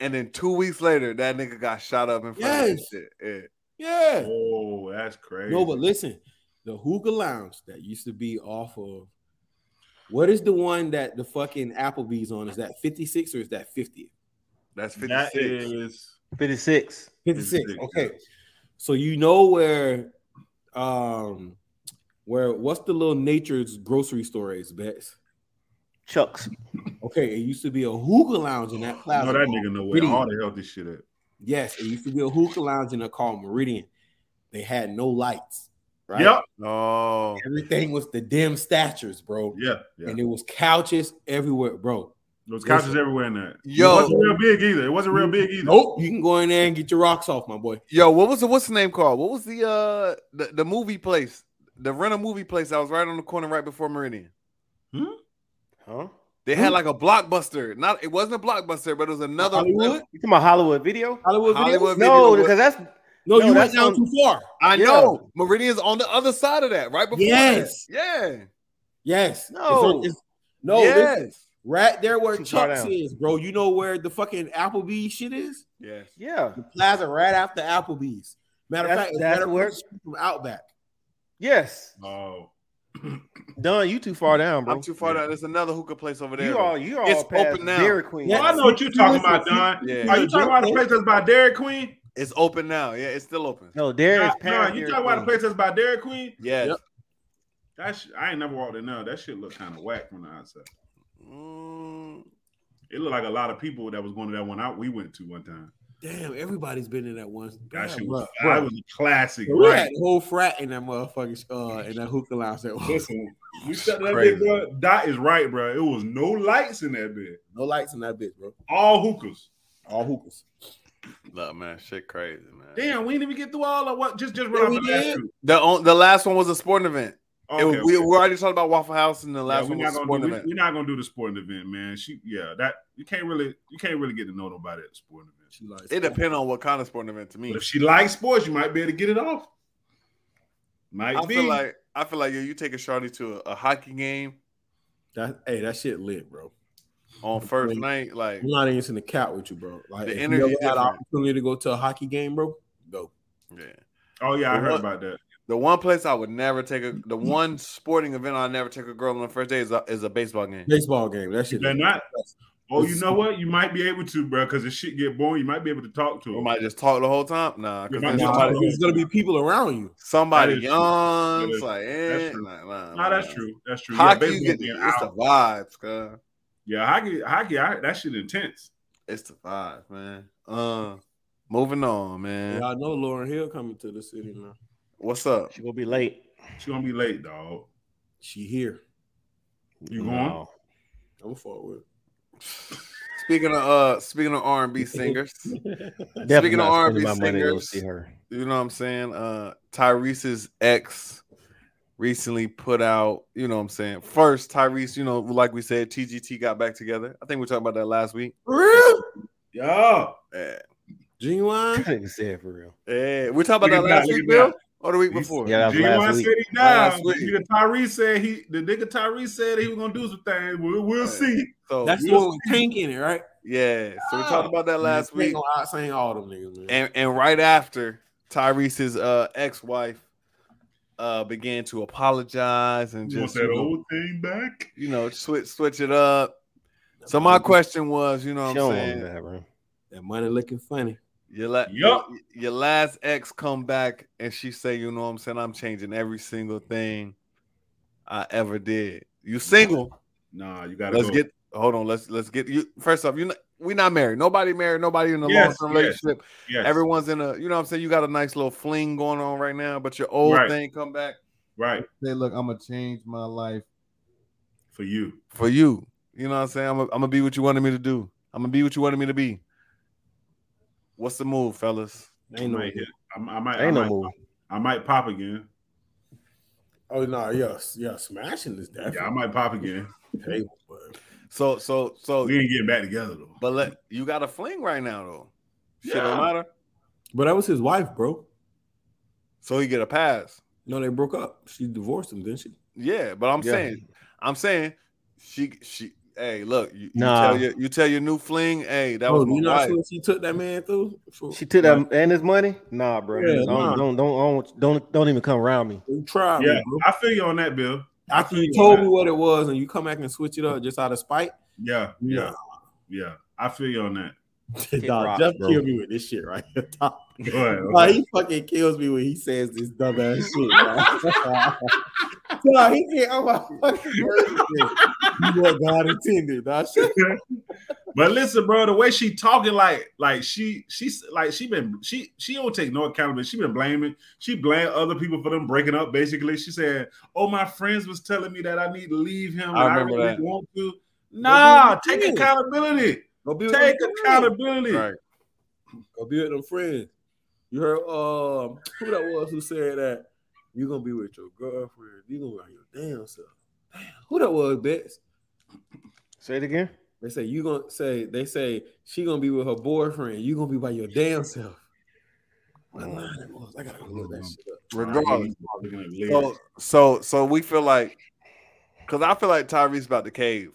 and then two weeks later, that nigga got shot up in front of that
Yes.
shit. Yeah.
Yeah.
Oh, that's crazy.
No, but listen, the hookah lounge that used to be off of what is the one that the fucking Applebee's on? Is that 56 or is that 50?
That's 56.
that is
56.
56.
56,
Okay. So you know where um where what's the little nature's grocery store is, Bex?
Chucks.
Okay, it used to be a hookah lounge in that
no,
plaza.
that nigga know where
Really?
all the healthy shit at.
Yes, it used to be a hookah lounge in a called Meridian. They had no lights, right?
Yep.
Oh,
Everything was the dim statures, bro.
Yeah. Yeah.
And it was couches everywhere, bro.
There was couches everywhere in that. it
yo,
wasn't real big either. It wasn't real big either.
Nope, you can go in there and get your rocks off, my boy.
yo, what was the what's the name called? What was the uh the, the movie place? The rental movie place that was right on the corner right before Meridian.
Huh?
They had like a blockbuster. Not it wasn't a blockbuster, but it was another
Hollywood,
You talking about Hollywood video?
Hollywood, video?
Hollywood
No,
video.
because that's No,
No, you went
that's
down
on-
too far.
I
Yeah.
know Meridian's on the other side of that, right before.
Yes.
that. yeah,
Yes.
No.
It's on- it's- no,
yes,
listen, right there where
Too far
Chuck's
down.
is, bro. You know where the fucking Applebee's shit is?
yes.
yeah.
The plaza right after Applebee's. Matter of
That's-
fact, it's
that's
right
where-
across the street from Outback.
Yes.
Oh,
Don, you too far down, bro.
I'm too far down. There's another hookah place over there.
You
bro.
all you all
It's
past
open now.
Dairy Queen.
Yeah.
Well, Oh, I know what you're talking about, Don.
Yeah.
Are you talking about the place that's by Dairy Queen?
It's open now. Yeah, it's still open.
No, Dairy
Nah,
is
nah,
past.
you
Dairy
talking about the
Queen.
place that's by Dairy Queen?
Yes.
Yep.
That sh- I ain't never walked in there. That shit looked kind of whack from the outside.
Mm,
It looked like a lot of people that was going to that one out we went to one time.
Damn, everybody's been in that one.
That
Damn,
shit was,
bruh.
that was a classic.
We
right?
had the whole frat in that motherfucking uh in that hookah lounge. That was
Listen, we shut that
Crazy.
bitch, bro. Dot is right, bro. It was no lights in that bit.
no lights in that bitch, bro.
All hookahs.
All hookahs.
look, man, shit, crazy, man.
Damn, we didn't even get through all of what. Just, just
Yeah,
run
we
up the last
did.
two.
The on, the last one was a sporting event. It
Okay,
was-
okay.
we, we already talked about Waffle House, and the
Yeah,
last
we're
one was a
not gonna
sporting
do, we,
event.
we're not gonna do the sporting event, man. She, yeah, that you can't really, you can't really get to know nobody at the sporting event.
She likes
It depends on what kind of sporting event to me.
But if she likes sports, you might be able to get it off. Might
I
be.
feel like I feel like yo, you take a shawty to a, a hockey game
that. Hey, that shit lit, bro.
on first night, like
I'm not even in the cat with you, bro. Like
The
if
energy
you ever had an
different.
opportunity to go to a hockey game, bro, go.
yeah.
oh yeah, I
Well,
heard
what-
about that.
The The one place I would never take a the one sporting event I never take a girl on the first day is a, is a baseball game.
Baseball game. That shit.
They're not. Oh, you know what? You might be able to, bro, because if shit get boring, you might be able to talk to
We
him.
might just talk the whole time. Nah,
You
because
might
then
just
Nah,
talk
somebody,
the
*laughs* there's gonna be people around you.
somebody
That is true. That
yawns.
is-
Like,
that's
eh,
true.
nah, nah,
Nah, that's
nah.
true. That's true.
Hockey, you
yeah,
get,
baseball being
it's the
out.
vibes, cuz.
Yeah, hockey, hockey, I, that shit intense.
It's the vibes, man. Uh, moving on, man.
Yeah, I know Lauren Hill coming to the city now.
What's up?
She gonna be late.
She gonna be late, dog.
She here.
Oh
You
No.
I'm forward.
Speaking of uh, speaking of R and
*laughs*
B singers,
Definitely
Speaking of
not
R&B
spending my money to go
singers.
see
*laughs*
*laughs*
her.
you know what I'm saying? Uh Tyrese's ex recently put out, you know what I'm saying? First, Tyrese, you know, like we said, TGT got back together. I think we talked about that last week. Eh,
Real?
Yeah.
Yeah. *laughs*
Genuine?
That nigga said for real.
Yeah. We talked about
Look
that
at
last
that, look
week,
at
Bill?
that.
Or the week
He's-
before?
Yeah, that was
G1
last
said
week.
he down.
Last
The
week.
nigga Tyrese said he the nigga Tyrese said he was gonna do some things. We'll, we'll
Right.
see.
So
That's the one with Tank in it, right?
yeah. So we talked about that last
Tank
week.
gonna out saying all them niggas, man.
And and right after Tyrese's uh ex-wife uh began to apologize and
You want
just
that
you know,
old thing back?
you know, switch switch it up. So my question was, you know
She
what
don't
I'm
want
saying?
that, bro.
that money looking funny.
Your, la-
Yup.
your, your last ex come back and she say, you know what I'm saying? I'm changing every single thing I ever did. You single.
Nah, you gotta
Let's
go.
get hold on. Let's let's get you first off, you know we not married. Nobody married, nobody in a
Yes,
long-term
yes.
relationship.
yes.
Everyone's in a you know what I'm saying? You got a nice little fling going on right now, but your old
Right.
thing come back.
right
Say, look, I'm gonna change my life
for you.
for you. You know what I'm saying? I'm gonna be what you wanted me to do. I'm gonna be what you wanted me to be. What's the move, fellas?
I
Ain't no
might hit. I, I might. I
Ain't no
might-
move.
I might pop again.
Oh no, yes, yeah, smashing is
Yeah, I
definitely
might pop again.
table, but
So so
Oh.
so
We ain't getting back together though.
But let, you got a fling right now though. Shit
Yeah.
don't matter.
but that was his wife, bro.
So he get a pass.
No, they broke up. She divorced him, didn't she?
Yeah, but I'm
Yeah.
saying, I'm saying, she she. Hey, look, you, you
Nah.
tell your you tell your new fling. Hey, that
oh,
was my
you know
wife.
how soon she took that man through. For,
She took that and his money. Nah, bro.
Yeah,
don't,
nah.
don't don't don't don't don't even come around me.
You tried
Yeah,
me, bro.
I feel you on that, Bill. I
After
feel
you
on
told
that.
me what it was, and you come back and switch it up just out of spite.
Yeah, yeah,
Nah.
yeah. I feel you on that.
*laughs* Dog,
rocks,
Jeff
bro.
killed me with this shit right here. dog.
Go
*laughs*
ahead,
Dog,
okay.
he fucking kills me when he says this dumbass shit. *laughs* Dog. Dog, he can't. I'm like, fucking
*laughs*
You what God intended, dog. Shut
But listen, bro, the way she talking, like, like she, she's like she been, she, she don't take no accountability. She been blaming, she blame other people for them breaking up. Basically, she said, "Oh, my friends was telling me that I need to leave him.
I
and
remember
really
that.
didn't Want to? Nah,
you
take
did.
accountability.
Go be with
Take
them friends.
accountability.
Right.
Go be with them friends. You heard um who that was who said that you gonna be with your girlfriend. You gonna be with your damn self. Damn, who that was, Bets?
Say it again.
They say you gonna say they say she gonna be with her boyfriend. You gonna be by your damn self. What
Mm.
line it was? I gotta go look that shit up.
Regardless.
Looking at lyrics.
So so so we feel like, cause I feel like Tyrese about to cave.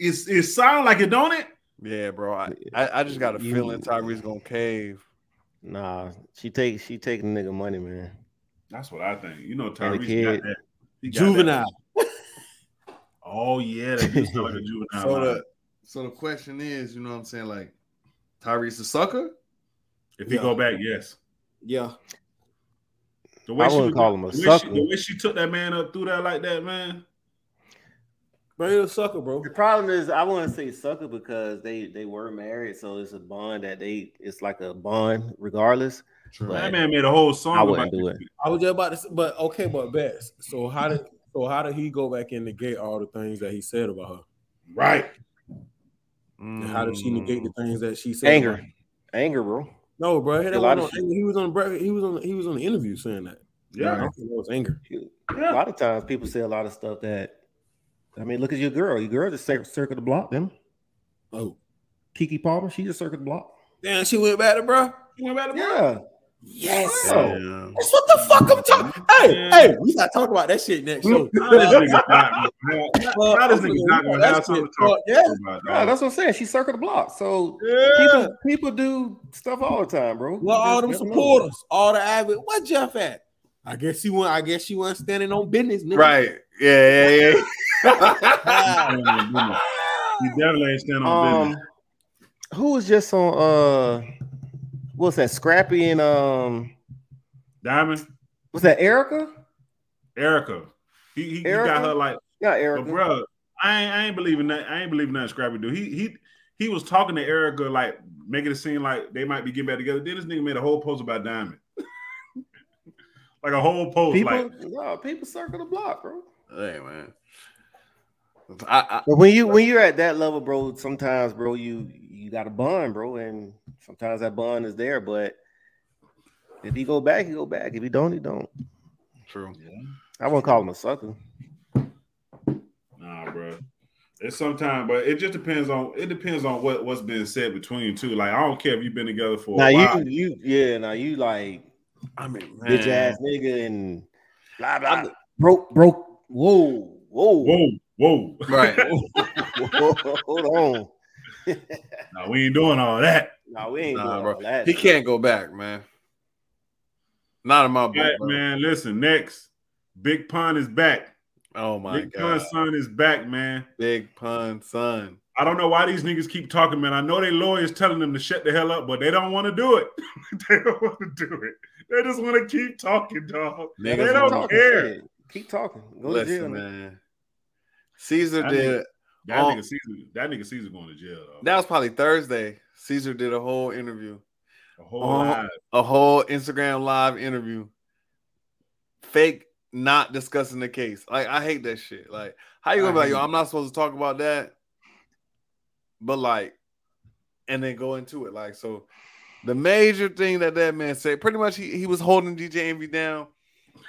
it's, it sound like it, don't it?
Yeah, bro. I I, I just got a
You-
feeling Tyrese gonna cave.
Nah, she take she taking nigga money, man.
That's what I think. You know,
And the
Tyrese
kid.
got that. He got that.
Juvenile.
Oh yeah, that dude
*laughs*
sound like a juvenile.
So the so the question is, you know what I'm saying? Like, Tyrese a sucker?
if he
Yeah.
go back, yes.
Yeah.
The way
I
she
wouldn't
was-
call him a
the way
sucker.
She, the way she took that man up through that like that, man.
Bro, you a sucker, bro.
The problem is, I wouldn't say sucker because they they were married, so it's a bond that they it's like a bond regardless.
That
But
man made a whole song.
I
about
wouldn't do it.
I was just about to say, but okay, but Bets. So how did so how did he go back and negate all the things that he said about her?
Right.
And how did she negate
Mm.
the things that she said?
Anger, anger, bro.
No, bro. That
A lot
wasn't
of
on anger. He was on break. He was on. He was on the interview saying that. I
Yeah.
don't think that was anger.
A lot of times people say a lot of stuff that. I mean, look at your girl. Your girl just cir- circled the block. Them
Oh,
Kiki Palmer, she just circled the block.
damn. She went back to bro.
He went back to work.
Yeah,
Yes.
Oh.
bro.
Yeah.
That's what the fuck I'm talking. Hey,
Yeah.
hey, we gotta talk about that shit next show.
Now this nigga not gonna-
Well,
now this
I'm
nigga
gonna-
not gonna
that
have something to
shit-
talk
well, yeah.
about.
Nah,
dog.
that's what I'm saying. She circled the block. So
Yeah.
people people do stuff all the time, bro.
Well, all them
Just never know.
supporters, all the avid. Where Jeff at? I guess she went. I guess she wasn't standing on business, nigga.
Right. Yeah, yeah, yeah.
*laughs*
You definitely ain't standing on business.
Um, who was just on? Uh, what's that? Scrappy and um,
Diamond,
was that Erica?
Erica. He, he, he got
Erica?
her like,
Yeah,
but
Erica.
bro, I ain't, I ain't believing that. I ain't believing that Scrappy do. He he he was talking to Erica like making it seem like they might be getting back together. Then this nigga made a whole post about Diamond, *laughs* like a whole post.
People,
Like
no, people circle the block, bro.
Hey, man. I, I,
But when you when you're at that level, bro, sometimes, bro, you you got a bond, bro, and sometimes that bond is there. But if he go back, he go back. If he don't, he don't.
true.
I won't call him a sucker.
nah, bro. It's sometimes, but it just depends on it depends on what what's being said between you two. Like I don't care if you've been together for a
Now
while.
you you yeah. Now you like
I mean, man.
bitch ass nigga and blah blah. broke broke. Whoa whoa.
Whoa, whoa!
Right.
whoa *laughs* hold on.
Nah, we ain't doing all that.
No, we ain't
Nah,
doing
bro.
all that.
He can't go back, man. Not in my book,
All right,
bro.
man, listen. Next, Big Pun is back.
Oh my
Big
god,
Pun's son is back, man.
big pun, son.
I don't know why these niggas keep talking, man. I know they lawyers telling them to shut the hell up, but they don't want to do it. *laughs* they don't want to do it. They just want to keep talking, dog.
Niggas
they don't
wanna-
care.
Shit. Keep talking. Go to jail.
Listen, man. Caesar
That
did.
That
Oh.
nigga Caesar, that nigga Caesar going to jail. Dog.
That was probably Thursday. Caesar did a whole interview,
a whole
Oh.
life.
a whole Instagram live interview. Fake, not discussing the case. Like I hate that shit. Like how you gonna be like, yo, I'm not supposed to talk about that, but like, and then go into it. Like so, the major thing that that man said, pretty much, he, he was holding DJ Envy down,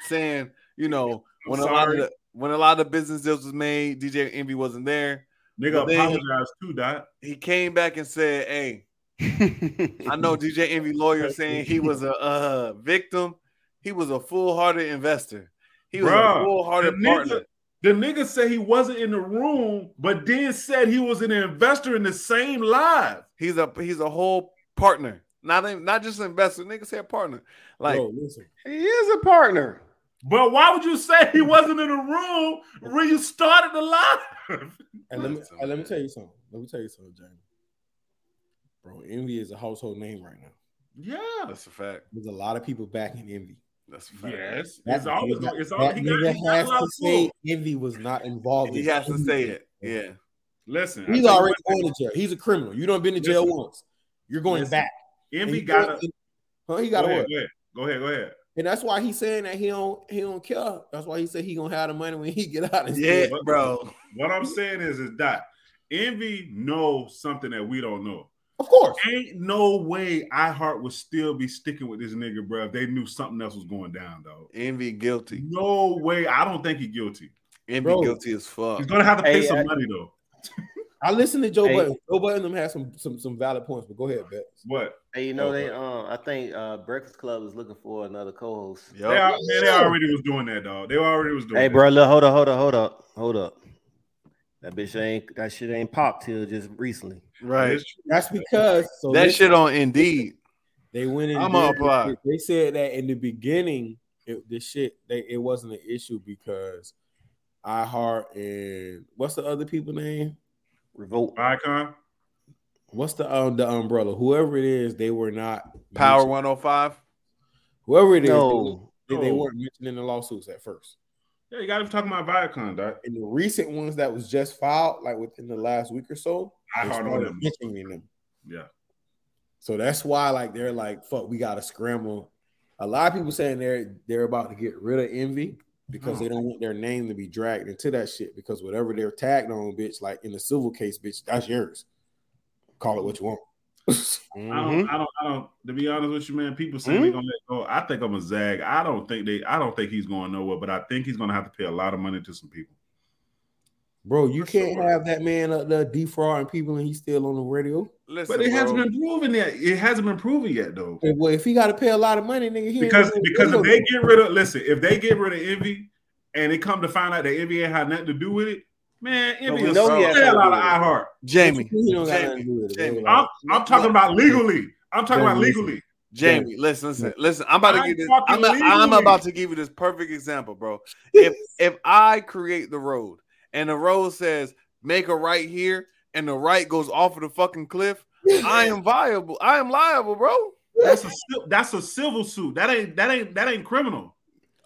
saying, you know,
I'm
when a lot of
sorry.
the, when a lot of the business deals was made, DJ Envy wasn't there.
Nigga
But they-
apologized too, dog.
he came back and said, "Hey,
*laughs*
I know DJ Envy lawyer saying he was a uh, victim. He was a full-hearted investor. He was a
Bruh,
full-hearted
the nigga-
partner.
The nigga said he wasn't in the room, but then said he was an investor in the same live.
He's a he's a whole partner. Not even, not just an investor. Nigga said partner. Like
Bro, listen.
He is a partner.
But why would you say he wasn't in the room when you started the live?
And let me
Listen,
and let me
man.
tell you something. Let me tell you something, Jamie. Bro, Envy is a household name right now.
yeah.
that's a fact.
There's a lot of people backing Envy.
That's a fact.
Yes,
That
it's always
nigga-
it's all
that
he got.
nigga
He got
has
a lot
to
of
say
pull.
Envy was not involved.
He
in
has to say
anything.
it. Yeah,
Listen, I
He's
tell you
already
one
going to jail. He's a criminal. You done been to jail
Listen.
once. You're going
Listen.
back.
thing,
And
Envy
you
got
going
a
in- Huh? He
go
got to
ahead,
work.
go ahead, go ahead, go ahead.
And that's why he's saying that he don't he don't care. That's why he said he gonna have the money when he *laughs* get out. And
yeah,
shit.
bro.
What I'm saying is, is that Envy knows something that we don't know.
of course.
Ain't no way iHeart would still be sticking with this nigga, bro, if they knew something else was going down, though.
Envy guilty.
No way. I don't think he's guilty.
Envy
Bro.
guilty as fuck.
He's gonna have to pay
Hey,
some
I-
money though.
I listened to Joe
Hey.
Button. Joe Button them had some some some valid points, but go ahead, Bet.
What?
Hey, you know they um I think uh Breakfast Club is looking for another co-host.
They,
Yup.
are, man, they already was doing that, dog. They already was doing.
Hey,
that.
bro, look, hold up, hold up, hold up, hold up. That bitch ain't that shit ain't popped till just recently.
Right.
It's-
That's because so
That
this-
shit on Indeed. uh,
they went in.
I'ma
there,
apply.
They said that in the beginning, it, this shit they, it wasn't an issue because iHeart and what's the other people name?
Revolt.
Icon.
What's the um, the umbrella? Whoever it is, they were not
Power
mentioned-
105.
Whoever it is,
No,
they, they
No.
weren't mentioned in the lawsuits at first.
Yeah, you got him talking about Viacom, dog.
in the recent ones that was just filed, like within the last week or so,
I
they
heard all
started
them.
mentioning them.
Yeah.
So that's why, like, they're like, "Fuck, we gotta scramble." A lot of people saying they're they're about to get rid of envy because
Mm.
they don't want their name to be dragged into that shit. Because whatever they're tagged on, bitch, like in the civil case, bitch, that's yours. Call it what you want. *laughs*
I
Mm-hmm.
Mm-hmm.
don't, I don't, I don't. To be honest with you, man, people say they're gonna let go. I think I'm a zag. I don't think they. I don't think he's going nowhere. But I think he's gonna have to pay a lot of money to some people.
Bro, you
For
can't
sure.
have that man up there defrauding people and he's still on the radio.
Listen,
But it hasn't
bro.
been proven yet. It hasn't been proven yet, though.
And, Well, if he got to pay a lot of money, nigga, he ain't
Because
on the
because if
radio
they get rid of listen, if they get rid of Envy, and they come to find out that Envy ain't had nothing to do with it, man, Envy
we
is
know he had
hell
something
out of
to
iHeart.
Jamie.
He don't got
Jamie,
nothing to do with it.
Jamie,
Like,
I'm I'm talking about legally. I'm talking about
Listen.
legally.
Jamie, listen, listen, listen. I'm about to
I'm
give this.
fucking
I'm, a-
leaving
I'm
you.
about to give you this perfect example, bro. If if I create the road and the road says make a right here and the right goes off of the fucking
*laughs*
cliff, I am viable. I am liable, bro.
That's a ci- that's a civil suit. That ain't that ain't that ain't criminal.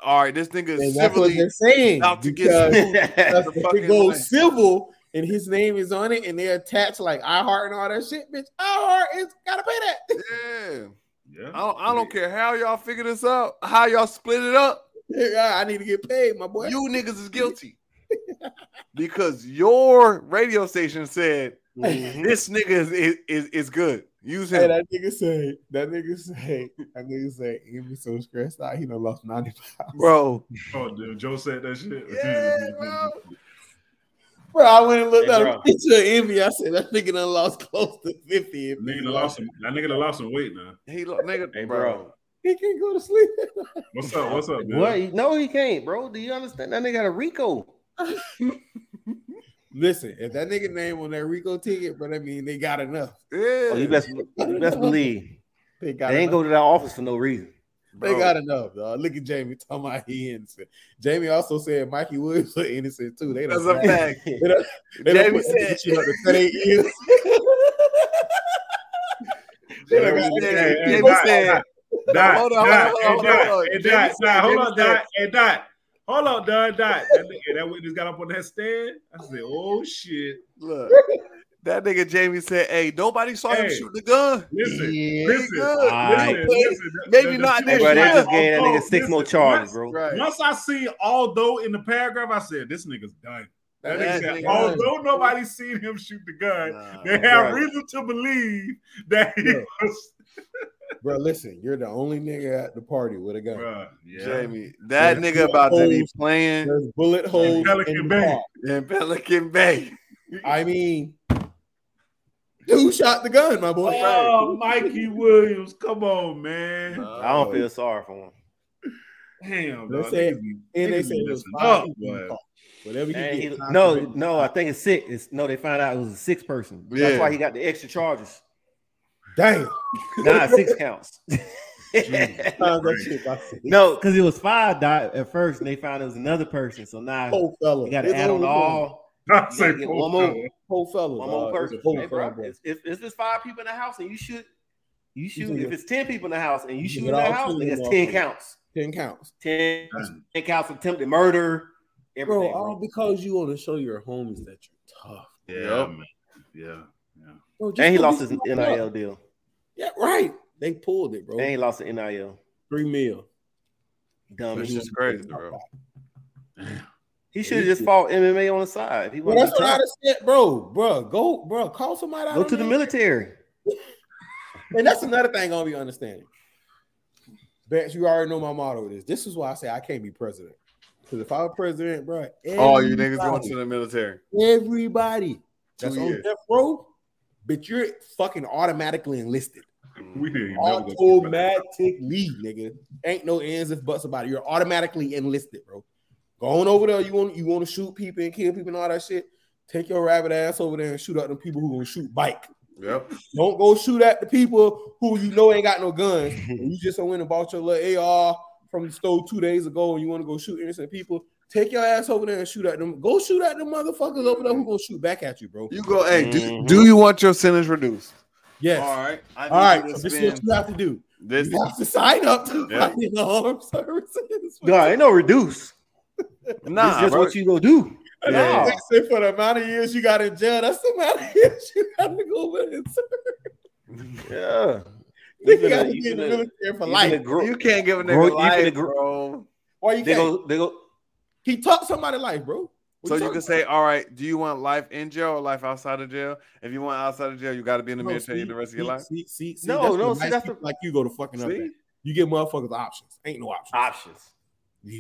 All right, this nigga is
And that's what
civilly
they're saying.
about to get
because
sued.
*laughs*
the
if it
fucking
goes
line.
civil and his name is on it and they attach like iHeart and all that shit, bitch, iHeart is gotta pay that.
Yeah. I
Yeah.
don't, I don't care how y'all figure this out, how y'all split it up.
Yeah, *laughs* I need to get paid, my boy.
You niggas is guilty because your radio station said this nigga is is, is, is good. Use
Mm-hmm. Hey,
him.
that nigga say, that nigga say, that nigga say, he be so stressed out, he done lost 90 pounds.
bro.
Oh, dude, Joe said that shit. *laughs*
Yeah, bro.
Bro, I went and looked
Hey,
at
bro.
a picture of envy. I said, that nigga done lost close to 50.
Nigga done lost some. That nigga done lost some weight now.
He look nigga,
Hey,
bro.
bro.
He can't go to sleep.
What's up? What's up, man?
What? No, he can't, bro. Do you understand? That nigga got a Rico.
Listen, if that nigga name on that Rico ticket, but I mean, they got enough.
Yeah,
Oh, you best, you best believe
They got
they ain't
enough.
go to that office for no reason.
bro.
Oh.
They got enough, dog. Look at Jamie talking about he innocent. Jamie also said Mikey Williams was innocent too. They
That's
done,
a
smacked-
fact.
they done, they done
Jamie
put that
said-
bitch up to 38 years.
Hey,
*laughs* They done-
hey,
Yeah,
hey,
Jamie
Dot,
said-
Dot, Dot,
Hold on, hold on,
Dot, hey,
hold on,
Dot,
hold on.
hey,
Jamie
Dot, Dot, hold
said-
on, Dot, hey, Dot. Hold on, Dot, Dot. That nigga- That witness got up on that stand. I said, oh shit.
Look, that nigga Jamie said, "Hey, nobody saw him
Hey.
shoot the gun.
Listen,
Yeah.
listen,
good.
listen,
Aight.
listen.
Maybe not
Hey,
this
bro, they
year.
just gave that nigga six
Listen,
more charges, bro.
Right?
Once I see although in the paragraph, I said this nigga's done. That
That
nigga said, "Oh,
nigga
done.
although nobody seen him shoot the gun,
Nah,
they have
right.
reason to believe that he
Yeah.
was.
Bro, listen, you're the only nigga at the party with a gun.
Bruh, yeah.
Jamie, that
Yeah.
nigga about to be playing
There's bullet holes
Pelican
in the
Bay.
car.
in Pelican Bay."
I mean, who shot the gun, my boy?
Oh, Mikey Williams, come on, man.
I don't feel sorry for him.
Damn,
They
dog.
said-
Niggas be-
And they
niggas
said
be
it was
messing
five
up,
people in the
boy.
car. Whatever you
And he-
get.
no, no, I think it's six. It's no, they found out it was a six person.
Yeah.
That's why he got the extra charges. *laughs*
Damn.
Nah, six counts.
Times that shit by six.
no, because it was five dot at first, and they found it was another person. So now
Whole fella.
you got to
Oh, It's
add on
only
all
*laughs* I say,
get
fuck
one more.
that.
Whole fella.
one more
dog. It's a
person.
whole
Hey, bro,
fella, bro.
if, if, if there's five people in the house and you shoot, you shoot.
Yeah.
If it's ten people in the house and you
You
shoot
get
in the
all
house,
two
then
of
that's
them
ten
motherfuckers.
counts.
Ten counts.
10, 10 counts of attempted murder.
Bro,
Everything, bro.
all because you want to show your homies that you're tough.
Yeah, man. Yeah.
Bro, just
And he
go
lost
beat
his
them up.
NIL deal.
Yeah, right. They pulled it, bro.
And he lost the NIL.
Three mil.
Dumb.
That's
He,
just crazy, bro.
should have just fought MMA on the side. If he
Well,
wanted
that's
to
what I
try,
said, bro. Bro, go, bro. Call somebody out.
go
on
to the
that.
military.
And that's another thing I'll be understanding. Bitch, you already know my motto is. This is why I say I can't be president. Because if I were president, bro,
All you niggas going
everybody-
to the military.
everybody that's
Two
on
years.
death row, but you're fucking automatically enlisted.
We didn't even never go through that.
Automatically, nigga. Ain't no ands if buts about it. You're automatically enlisted, bro. Go on over there. You want you want to shoot people and kill people and all that shit. Take your rabbit ass over there and shoot up them people who gonna shoot bike.
Yep.
Don't go shoot at the people who you know ain't got
*laughs*
no guns. And you just went and bought your little AR from the store two days ago, and you want to go shoot innocent people. Take your ass over there and shoot at them. Go shoot at them motherfuckers over there who gonna shoot back at you, bro.
You go, hey, do,
Mhm.
do you want your sentence reduced?
Yes.
All right. I need
All right.
you
So
to
this is
spend
what you have to do.
this.
You have to sign up to
Yeah.
fucking armed services.
No, ain't no reduce.
Nah,
this is just
bro.
what you go do.
And
Yeah.
I think say for the amount of years you got in jail, that's the amount of years you got to go with it.
Yeah.
You,
finna-
got to
you
be in the
finna-
military for
you
life.
finna grow-
you can't give a
Bro,
nigga
you finna
life,
gr-
bro.
Why you
They
can't?
go, they go,
He taught somebody life, bro. What
So you
talking
can
about?
say, all right, do you want life in jail or life outside of jail? If you want outside of jail, you got to be in the
No,
military
see,
the rest of your
see,
life.
See, see, see,
No,
that's
no,
what
see,
nice
that's the-
people like you go to fucking up.
See?
at. You give motherfuckers options. Ain't no options.
options.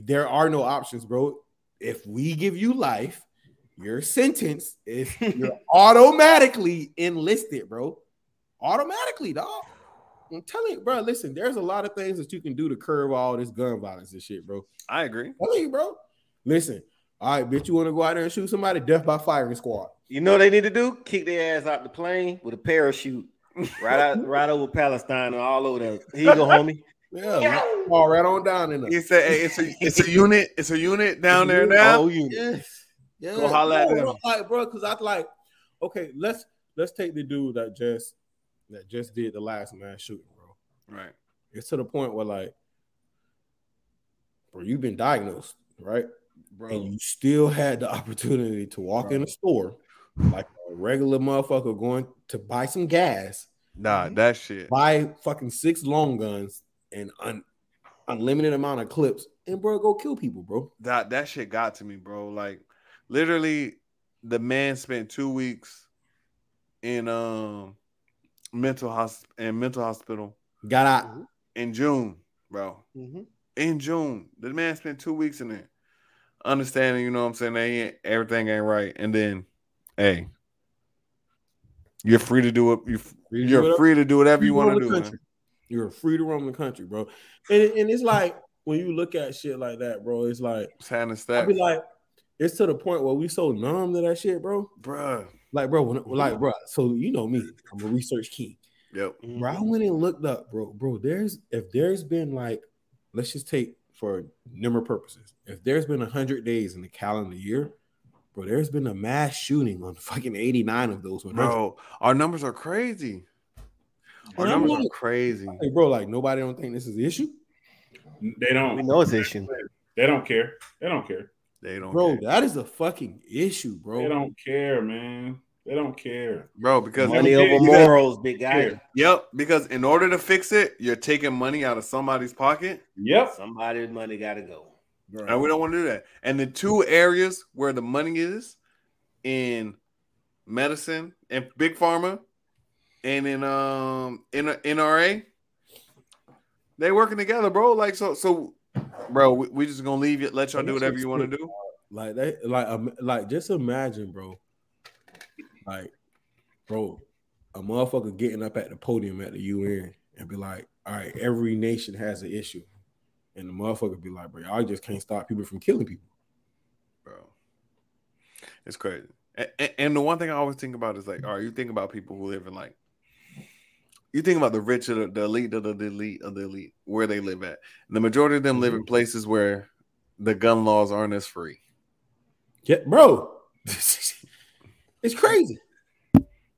there are no options, bro. If we give you life, your sentence is you're automatically enlisted, bro. Automatically, dog. I'm telling you, bro. Listen, there's a lot of things that you can do to curb all this gun violence and shit, bro.
I agree.
I'm telling you, bro. Listen, all right, bitch. You want to go out there and shoot somebody? Death by firing squad.
You know what they need to do? Kick their ass out the plane with a parachute
right out, right over Palestine and all over there. Here you go, homie.
Yeah, we fall right on down in there.
He said, hey, "It's
*laughs*
a it's a unit. It's a unit down there now."
Oh, you. Yes. Yeah.
Go holla at
No,
them.
I'm Like, bro, because I like, okay, let's let's take the dude that just that just did the last man shooting, bro.
Right.
It's to the point where like, bro, you've been diagnosed, right?
Bro.
And you still had the opportunity to walk in a store like a regular motherfucker going to buy some gas,
Nah, that shit.
buy fucking six long guns and un- unlimited amount of clips, and bro, go kill people, bro.
that that shit got to me, bro. Like literally, the man spent two weeks in um mental hosp- in mental hospital
Got out.
in June, bro.
Mhm.
In June, the man spent two weeks in there, understanding. You know what I'm saying? They ain't, everything ain't right, and then, hey, you're free to do it. You
Free to do
you're
whatever-
free to do whatever you
free to
want to
roam
do.
the
man.
country. You're free to roam the country, bro. And, and it's like when you look at shit like that, bro. It's like
It's hand and
I
stack,
be like, it's to the point where we so numb to that shit, bro.
bruh.
Like, bro, when,
Mm-hmm.
like, bro. So you know me, I'm a research king.
Yep.
Bro, I went and looked up, bro. Bro, there's if there's been like, let's just take for number purposes, if there's been hundred days in the calendar year, bro, there's been a mass shooting on fucking eighty nine of those. 100.
Bro, our numbers are crazy. Our
And I'm
numbers are
like-
crazy.
Hey, bro, like nobody don't think this is the issue,
They
We
don't.
know it's an issue.
They don't care. They don't care.
They don't,
bro.
care.
That is a fucking issue, bro.
They don't care, man. They don't care.
bro. Because
Money
you
over
gotta-
morals, big guy.
care.
yep, because in order to fix it, you're taking money out of somebody's pocket,
Yep.
Somebody's money got to go.
and we don't want to do that. And the two areas where the money is in medicine and big pharma, and in um in NRA, they working together, bro. Like so, so, bro. We, we just gonna leave it. Let y'all do whatever you want to do.
Like they like um, like just imagine, bro. Like, bro, a motherfucker getting up at the podium at the UN and be like, "All right, every nation has an issue," and the motherfucker be like, "Bro, I just can't stop people from killing people."
bro. It's crazy. A- a- And the one thing I always think about is like, all right, you think about people who live in like, you think about the rich of the, the elite of the, the elite of the elite, where they live at. The majority of them live
Mm-hmm.
in places where the gun laws aren't as free.
Yeah, bro, *laughs* it's crazy,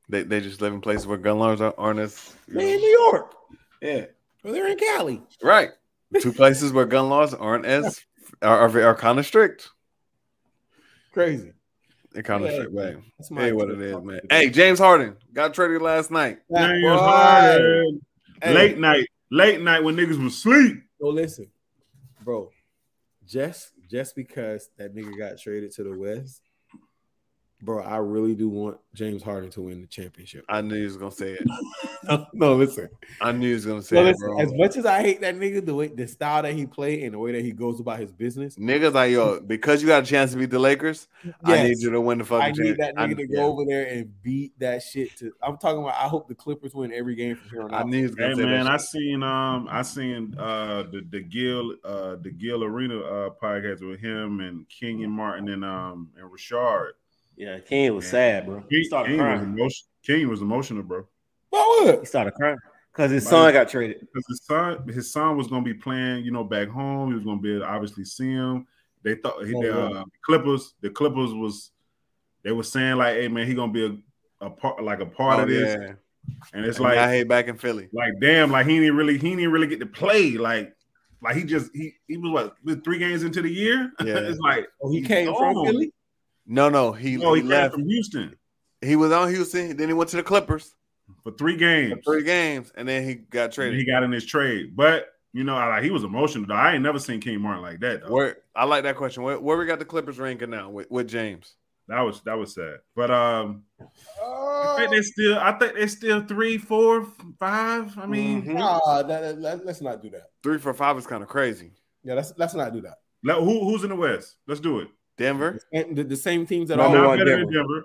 They, they just live in places where gun laws aren't- aren't as you know.
man. New York,
yeah
bro, they're in Cali.
right. Two places where gun laws aren't as are are, are kind of strict.
Crazy.
They're kind of
Yeah.
strict way.
That's
Hey, what it is,
talk
man.
to
Hey, James Harden got traded last night.
that
James
boy.
Harden.
Hey.
Late night. Late night when niggas was sleep.
So listen, bro. Just just because that nigga got traded to the West, bro, I really do want James Harden to win the championship.
I knew he was gonna say it.
*laughs* no, listen.
I knew he was gonna say
So
it,
listen,
bro.
as much as I hate that nigga, the way the style that he played and the way that he goes about his business,
Niggas like yo, because you got a chance to beat the Lakers, I
yes,
need you to win the fucking.
I need that
champ-
nigga to go over there and beat that shit. To I'm taltalking about. I hope the Clippers win every game from here on
yeah, I
out.
knew he was gonna
Hey
say
man,
that.
I seen um I seen uh the the Gill uh the Gill Arena uh podcast with him and Kenyon Martin and um and Rashard.
Yeah, Ken was sad, bro. He
King,
started
King was
crying.
emotion, King was emotional, bro.
Bro,
He
look,
started crying because his son got traded.
Because his son, his son was gonna be playing, you know, back home. He was gonna be able to obviously see him. They thought he,
Oh,
the uh, Clippers, the Clippers was, they were saying like, "Hey man, he gonna be a, a part, like a part
Oh,
of this."
yeah.
And it's
I
like,
hate back in Philly.
like damn, like he didn't really, he didn't really get to play. Like, like he just he he was what was it three games into the year. *laughs*
Yeah.
it's like
oh, he
he's
came from
gone.
Philly.
No, no, he,
No, he,
he
came
left.
from Houston
He was on Houston, then he went to the Clippers
for three
for
games.
three games, and then he got
And he
traded.
got in his trade, but you know, I, like he was emotional. Though. I ain't never seen King Martin like that. Though.
Where I like that question. Where, where we got the Clippers ranking now with, with James?
That was that was sad. But um,
Oh.
I think they still. I think they still three, four, five. I mean,
Mhm.
Nah, Uh, that, that- that- let's not do that.
Three for five is kind of crazy.
Yeah, let's let's not do that.
let- who who's in the West? Let's do it.
Denver,
And the, the same teams that
They're
all
not
won.
better than Denver.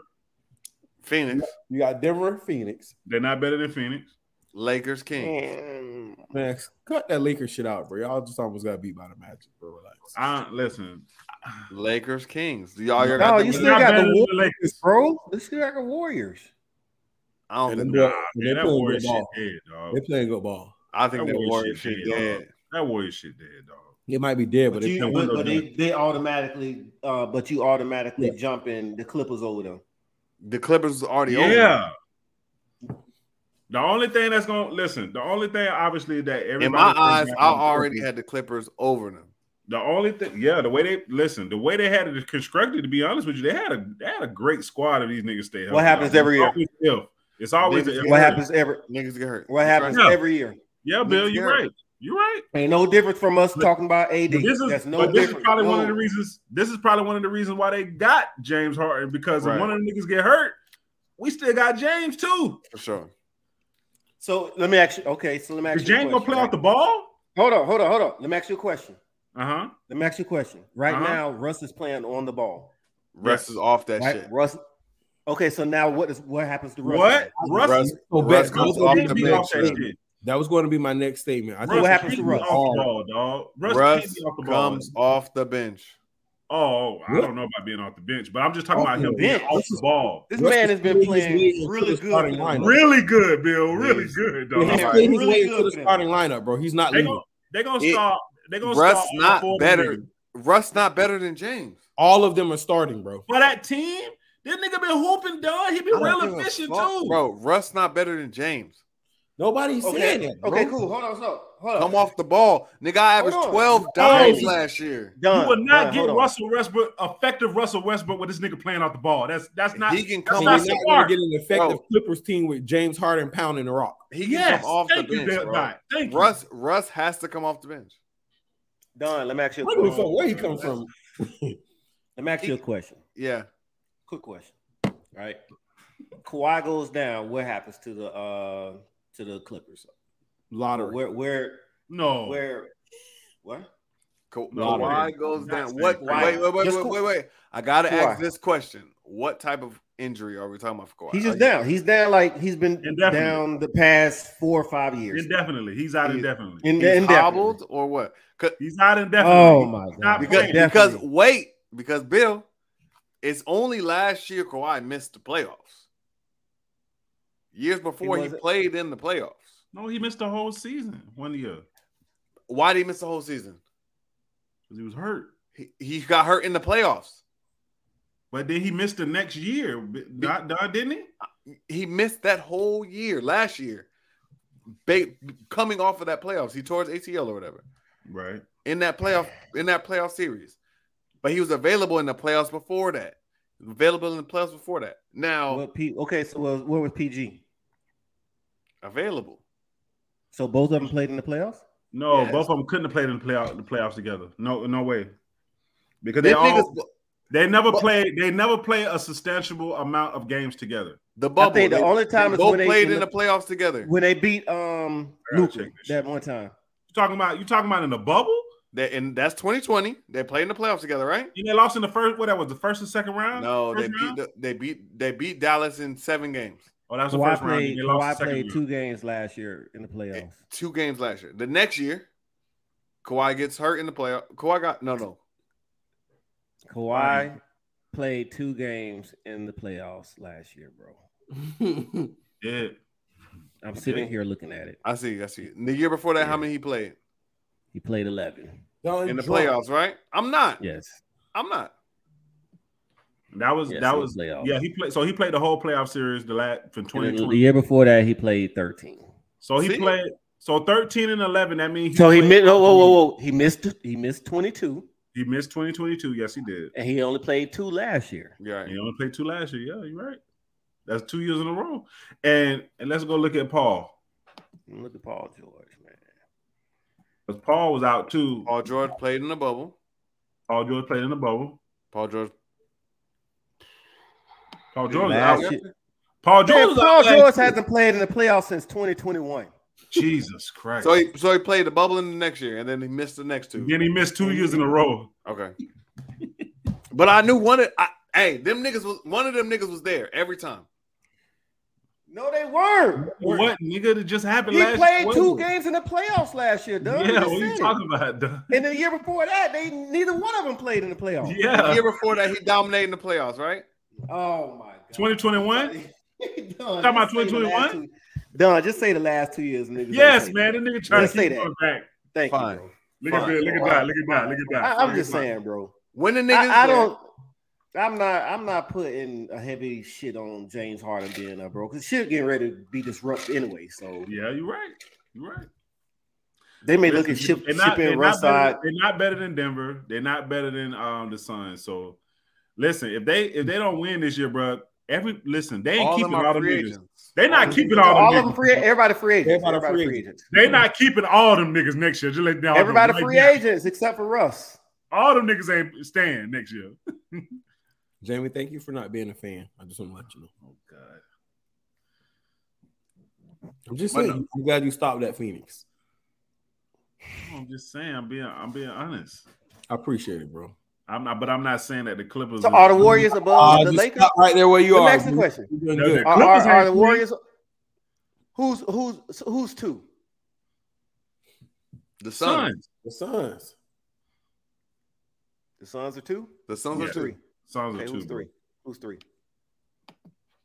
Phoenix,
You got Denver, Phoenix.
They're not better than Phoenix.
Lakers, King.
Man,
Man, cut that Lakers shit out, bro. Y'all just almost got beat by the Magic, bro. Relax.
I listen.
Lakers, Kings. Y'all,
No,
y'all got
you
the-
still got the
better than
Warriors,
Lakers.
bro. This is like the Warriors.
I don't
And
think
them
the,
dog-
Yeah,
they
that
playing
Warrior
good
shit
ball.
dead, dog.
They playing good ball.
I think
That
that
Warrior
Warrior
shit
shit
dead.
dead.
That Warrior shit dead, dog.
They might be dead, but
But,
they
you,
can't
but,
win no
but they, they automatically, uh, but you automatically
Yeah.
jumping the Clippers over them.
The Clippers was already over.
Yeah. The only thing that's gonna listen, the only thing obviously that everybody
In my eyes,
thinks
I
about-
already had the Clippers over them.
the only thing, yeah, the way they listen, the way they had it constructed, to be honest with you, they had a they had a great squad of these niggas stay healthy.
What happens every
It's
year?
always If. It's always
Niggas-
if.
What happens every
Niggas get hurt.
what happens
Yeah.
every year?
Yeah, Bill, you're
Niggas get
right. You're right.
Ain't no difference from us talking about AD.
But this is,
That's no
but this is
different.
probably
No.
one of the reasons. This is probably one of the reasons why they got James Harden because
Right.
if one of the niggas get hurt, we still got James too.
For sure.
So let me ask you. Okay, so let me ask
Is
you. a
James gonna
question,
play off the ball?
right? Hold on, hold on, hold on. Let me ask you a question.
Uh huh.
Let me ask you a question. Right
Uh-huh.
now, Russ is playing on the ball.
Russ is off that
Right,
shit.
Russ. Okay, so now what is what happens to Russ?
What? Russ,
Russ,
Oh,
Russ comes
bet- that was
off
gonna
can't
the
be
be
my-
off
bench.
that shit.
that was going to be my next statement. I
Russ
think
what happens
can't
to
be
Russ?
Off the ball, dog. Russ, can't
Russ
be off the ball.
comes off the bench.
Oh, I
What?
don't know about being off the bench, but I'm just talking
Off
about
the
him
bench?
being off the ball.
This
Russ
man
is
has been
playing his way
playing
into
really
the starting
good.
lineup.
Really good, Bill. Really
Yes. *laughs*
good,
Yeah,
dog.
he's
Alright.
playing his
Really
way
good
into the
for them.
starting lineup, bro. He's not
They
leaving.
gonna, they gonna
It-
start. They gonna
Russ
start all
not
four
better.
niggas.
Russ not better than James.
All of them are starting, bro.
for that team. This nigga been hooping, dog. He be
I don't
real
give a
efficient
fuck,
too.
Bro, Russ not better than James.
Nobody's saying
Okay,
that. Bro.
okay, cool. Hold on, so hold on.
Come off the ball. Nigga, I averaged
Hold on.
12
Oh.
dimes last year.
Done.
you will not
Done.
get
Hold on.
Russell Westbrook effective Russell Westbrook with this nigga playing off the ball. That's that's not.
he can
So
come
we're
off,
not
That's
going
smart.
to get an effective
Bro.
Clippers team with James Harden pounding the rock.
he can
yes,
come off the
thank you,
bench.
Bill
bro.
Nye. Thank you.
Russ, Russ has to come off the bench.
Done. Let me ask you a
What the
question.
fuck? Where he come from?
Let me ask you a question.
Yeah.
Quick question. Right. Kawhi goes down. What happens to the uh to the Clippers?
Lottery.
Where where
No,
where what?
Ka-
No,
Kawhi
man.
goes
Not
down.
saying
What?
Kawhi.
Wait, wait, wait,
Just
wait,
Ka-
wait, wait. I gotta ask
Kawhi.
this question: What type of injury are we talking about for Kawhi?
He's
Are
just
you-
down. He's down like he's been
Indefinitely.
down the past four or five years.
indefinitely. He's out
He's-
indefinitely.
In,
He's
indefinitely.
hobbled or what? 'Cause-
He's out indefinitely.
Oh my
Not
god.
Because
playing.
because
Definitely.
wait because Bill, it's only last year Kawhi missed the playoffs. Years before he,
wasn't-
played in the playoffs.
No, he missed the whole season one year
Why did he miss the whole season?
because he was hurt.
He, he got hurt in the playoffs.
But then he missed the next year, B- Don, Don, didn't he?
He missed that whole year last year. Ba- coming off of that playoffs, he tore his ATL or whatever.
Right.
in that playoff in that playoff series. But he was available in the playoffs before that. Available in the playoffs before that. Now
What P, okay, so what, what was PG?
available.
So both of them played in the playoffs?
No,
Yes.
both of them couldn't have played in the playoff the playoffs together. No, no way. Because they
Them
all
niggas,
they never
But-
played they never played a substantial amount of games together.
the bubble.
I think the
they-
only
they
time is
both
when they
played
when
in the
they-
playoffs together.
when they beat um
I gotta
Luka
check this
that one time.
You talking about you talking about in the bubble?
They, and that's 2020. They played in the playoffs together, right?
And they lost in the first what that was the first and second round?
No, they
First
beat
round?
the, they beat they beat Dallas in seven games,
Oh, that was the
Kawhi
first round.
played,
and They lost
Kawhi
the second
played
round.
two games last year in the playoffs.
two games last year. The next year, Kawhi gets hurt in the playoff. Kawhi got no, no.
Kawhi played two games in the playoffs last year, bro.
Yeah.
I'm sitting here looking at it.
I see, I see. The year before that, how many he played
He played 11.
in the playoffs? Right? I'm not.
Yes.
I'm not.
That was
yes
that
in
was
the playoffs.
yeah, he played so he played the whole playoff series the last from
And the- the
2020.
year before that, he played 13.
So he
See?
played so 13 and 11 that means
So he
played-
missed. Whoa, whoa, whoa, whoa! He missed. He missed 22,
he missed 2022. Yes, he did.
and he only played two last year.
You're right.
You only played two last year. Yeah, you're right. That's two years in a row. And and let's go look at Paul.
Look at Paul George, man.
Because Paul was out too.
Paul George played in the bubble.
Paul George played in the bubble.
Paul George.
Paul George was out.
Last year-
Paul George
Man,
was out.
Paul
last-
George hasn't played in the playoffs since 2021.
Jesus Christ.
So he so he played the bubble in the next year, and then he missed the next two.
then he missed two years in a row.
Okay. *laughs* but I knew one of I, hey them niggas was one of them niggas was there every time.
No, they weren't.
What nigga that just happened
He
last
played
year?
two games in the playoffs last year, dude.
Yeah, what are you talking about? Doug?
And the year before that, they neither one of them played in the playoffs.
The
Yeah.
year before that, he dominated the playoffs, right?
*laughs* Oh my god.
2021?
He Don,
Talking about
just say the last
2021?
two- Don, just say the last two years, niggas.
Yes,
Don't say
man. That nigga trying
Let's
to
say
keep
that.
going back.
Thank you,
Fine.
bro.
Look at
Fine.
that. Look at that. Look at that. Look at that.
I, am just saying, bro.
When the niggas,
I, I don't. I'm not. I'm not putting a heavy shit on James Harden being up, bro, because shit getting ready to be disrupted anyway. So
Yeah, you're right. You're right.
they may look
Listen,
at ship,
they're
ship
they're
in Russ
better,
side.
than- They're not better than Denver. They're not better than um the Suns. So listen, if they if they don't win this year, bro, every listen, they ain't
all
keeping
them
all
are
the
free
niggas.
agents.
They not keeping
All,
all
of
them
them
niggas.
free. Everybody free agents.
Everybody
Everybody,
free
free agents.
They not keeping all them niggas next year. Just let down.
Everybody free agents except for Russ.
All them niggas ain't staying next year.
Oh,
Jamie, thank you for not being a fan. I just want to let you know.
Oh god.
I'm just
Why
saying. I'm glad you stopped that Phoenix.
I'm just saying, I'm being I'm being honest.
I appreciate it, bro.
I'm not, but I'm not saying that the Clippers.
So
is-
are the Warriors above
Uh,
the
just
Lakers?
stop right there where you
The
are.
next
dude.
question.
You're doing
No,
good.
no.
Are,
Clippers
are, are
ain't
the
free.
Warriors? Who's who's who's two?
The Suns.
Suns.
The Suns.
The Suns are two.
The Suns
Yeah.
are three.
Suns are
Okay,
two.
who's three? Who's three?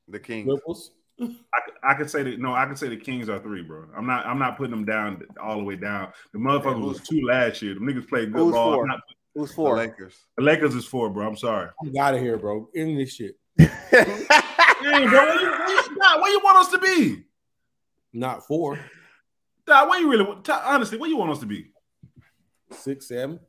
The Kings.
Ripples.
I, could- I could say that no, I could say the Kings are three, bro. I'm not I'm not putting them down all the way down. The motherfuckers
who's-
was two last year. The niggas played good
Who's
ball.
four?
Not-
Who's
The
four?
*laughs*
*laughs*
Lakers.
the Lakers is four, bro. I'm *laughs* sorry.
I'm out of here, bro. End this shit.
Dang, bro, where you, where you- nah, where you want us to be?
Not four,
Nah, where you really want- t- honestly, where you want us to be?
six, seven.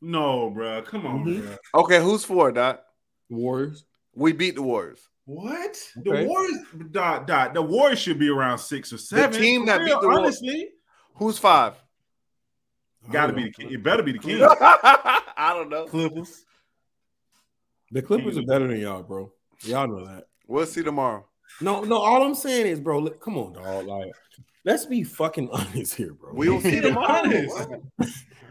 No, bro. Come on,
Mm-hmm.
Mhm.
bro.
Okay, who's four, Doc?
Warriors.
We beat the Warriors.
What?
Okay.
The Warriors dot dot. The Warriors should be around six or seven.
team that
For
beat the Warriors-
honestly
Who's five?
gotta be the King. It better be
*laughs*
the Kings.
I don't know.
Clippers.
The Clippers are better than y'all, bro. Y'all know that.
We'll see tomorrow.
No, no. All I'm saying is, bro. Look, come on, dog. Like, let's be fucking *laughs* honest here, bro.
We'll
*laughs*
see tomorrow.
Honest.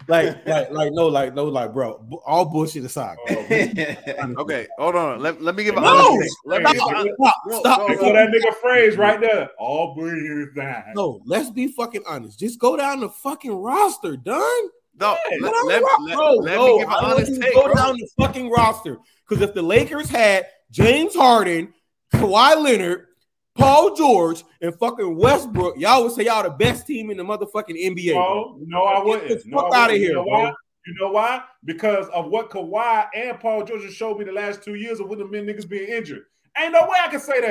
like, like, like, no, like, no, like, bro. bu- All bullshit aside.
Oh, *laughs*
Okay, hold on. Let, let me give an
No!
honest take. Let me
Hey,
give an
Stop,
honest-
stop,
No,
stop.
no,
That's what that nigga phrase right there. All bringers down.
No, let's be fucking honest. Just go down the fucking roster, done.
No,
Let,
let, let, let,
bro,
let
no,
me give an
I want you
honest
to
take.
go
bro.
down the fucking roster. Because if the Lakers had James Harden, Kawhi Leonard, Paul George, and fucking Westbrook, y'all would say y'all the best team in the mototfucking NBA. bro.
No, no, I wouldn't.
Get the
no, I
fuck
wouldn't.
outta
You
here,
know
bro.
why? You know why? Because of what Kawhi and Paul George has showed me the last two years of when the men niggas being injured. Ain't no way I can say that.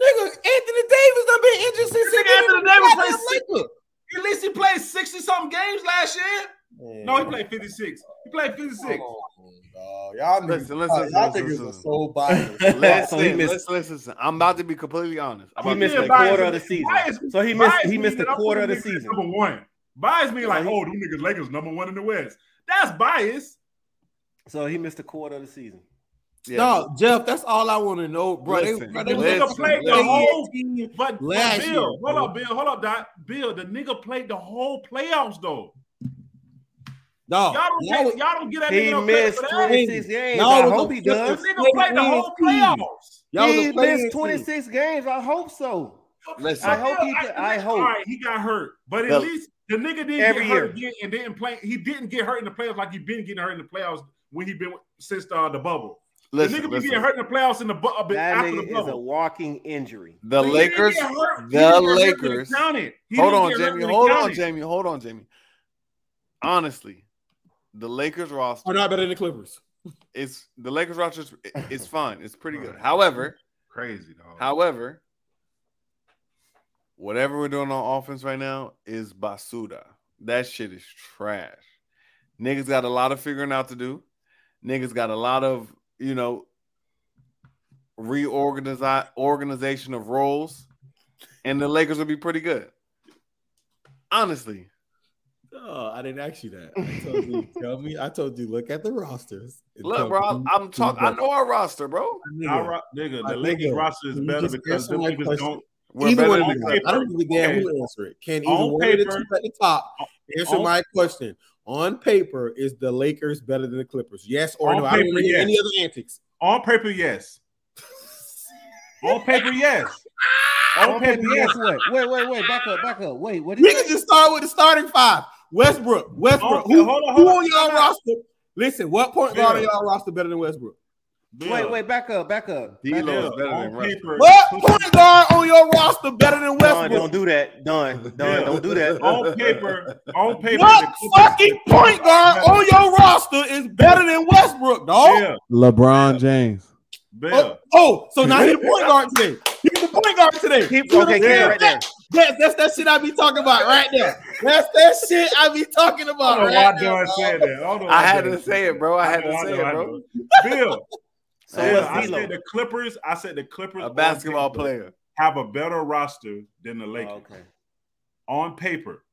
Nigga, Anthony Davis done been injured since
Nigga,
he been in
Anthony
the
Davis
goddamn
played
Lakers.
At least he played 60 something games last year. No, he played 56. He played 56.
Come on, dog. Y'all niggas,
Listen, listen, listen,
y'all
listen,
niggas are
listen.
so *laughs* biased.
Listen,
So he missed-
listen, listen, listen. I'm about to be completely honest. I'm
He
about to
missed
be
a
biased.
quarter of the season.
Bias-
So he missed
bias
he
means
missed a
that I'm
quarter of the
putting niggas
season.
Number one. Bias me like, oh, them niggas Lakers number one in the West. That's bias.
So he missed a quarter of the season.
yeah.
Dog, Jeff, that's all I want to know, bro. They-
Listen,
bro, they
listen,
was up
played
the
late
whole-
18.
But, but
Last
Bill,
year,
hold
bro.
up, Bill, hold up, Doc. Bill, the nigga played the whole playoffs though.
Dog,
Y'all don't,
y'all
get,
was-
y'all don't get that
Oh, He
nigga no credit
missed
for that.
26 games.
Y'all
I
was a
hope he
fucking
The
does.
nigga played the whole playoffs.
y'all was a
he
playing team.
missed 26 games. I hope so.
Listen.
I hope he-
the
I
nigga-
hope.
All right, he got hurt, but at
The-
least the nigga didn't
Every
get hurt again and didn't play. He didn't get hurt in the playoffs like he been getting hurt in the playoffs when he been since uh, the bubble. the nigga
Listen,
been
listen.
getting hurt in the playoffs in the bu- uh,
That
after the
nigga is a
bubble.
walking injury.
The
But he didn't
Lakers.
get hurt. He
The
didn't get hurt when it
Lakers.
counted. He
Hold
didn't
on,
get hurt
Jamie.
when it
Hold on,
counted.
Jamie. Hold on, Jamie. Honestly, the Lakers roster
are not better than the Clippers.
is the Lakers roster is, is fine. It's pretty good. However,
Crazy dog.
however, whatever we're doing on offense right now is basuda. That shit is trash. Niggas got a lot of figuring out to do. Niggas got a lot of you know reorganize organization of roles, and the Lakers will be pretty good. Honestly.
Oh, I didn't ask you that. I told you, tell me. I told you, look at the rosters. and tell
Look, bro,
me-
I- I'm talking. I know our roster, bro.
Our ro- nigga,
I
the Lakers
nigga,
roster is
you
better
just
because
answer
them
my
niggas
question.
don't.
We're
either
better
one
than
on
of you
the
guys.
Clippers.
I don't give a damn
Okay.
who answer it. Can either
On
one of the
paper-
two at the top answer
on-
my question? On paper, is the Lakers better than the Clippers? Yes or
On
no? I don't
paper,
want to hear
yes.
any other antics.
On paper, *laughs* yes. on paper, yes. On paper, yes.
Wait, wait, wait, wait. Back up, back up. Wait, what
Niggas just start with the starting five. Westbrook, Westbrook.
Okay,
who
hold on,
who
hold
on
on.
y'all
Time out.
roster? Listen, what point guard on
Yeah.
y'all roster better than Westbrook?
Bill.
Wait, wait, back up, back up.
D'Lo is
Bill,
better than
on
Russell.
paper,
What point guard on your roster better
Don,
than Westbrook?
don't do that. Don, Don,
Yeah.
don't
*laughs*
do that.
on paper,
*laughs*
on paper,
What
the Clippers-
fucking point guard on your roster is better than Westbrook, dog?
Bill,
LeBron James.
Bill.
Oh, oh,
*laughs*
so now he's the point guard today. He's the point guard today.
Keep,
You
okay, keep
understand?
it right there.
That's, that's that shit I be talking about right there. That's that shit I be talking
I
about
don't know why
Oh, right
Don
now.
said that. don't know why
I had
Don
to
said
say
that.
it, bro. I had
know,
to say
know, I
it, bro.
know. Bill,
*laughs*
So
Bill, I said
what's D'Lo?
the Clippers. I said the Clippers.
A
on
basketball
paper
player. Oh,
have a better roster than the Lakers
Oh, okay.
on paper.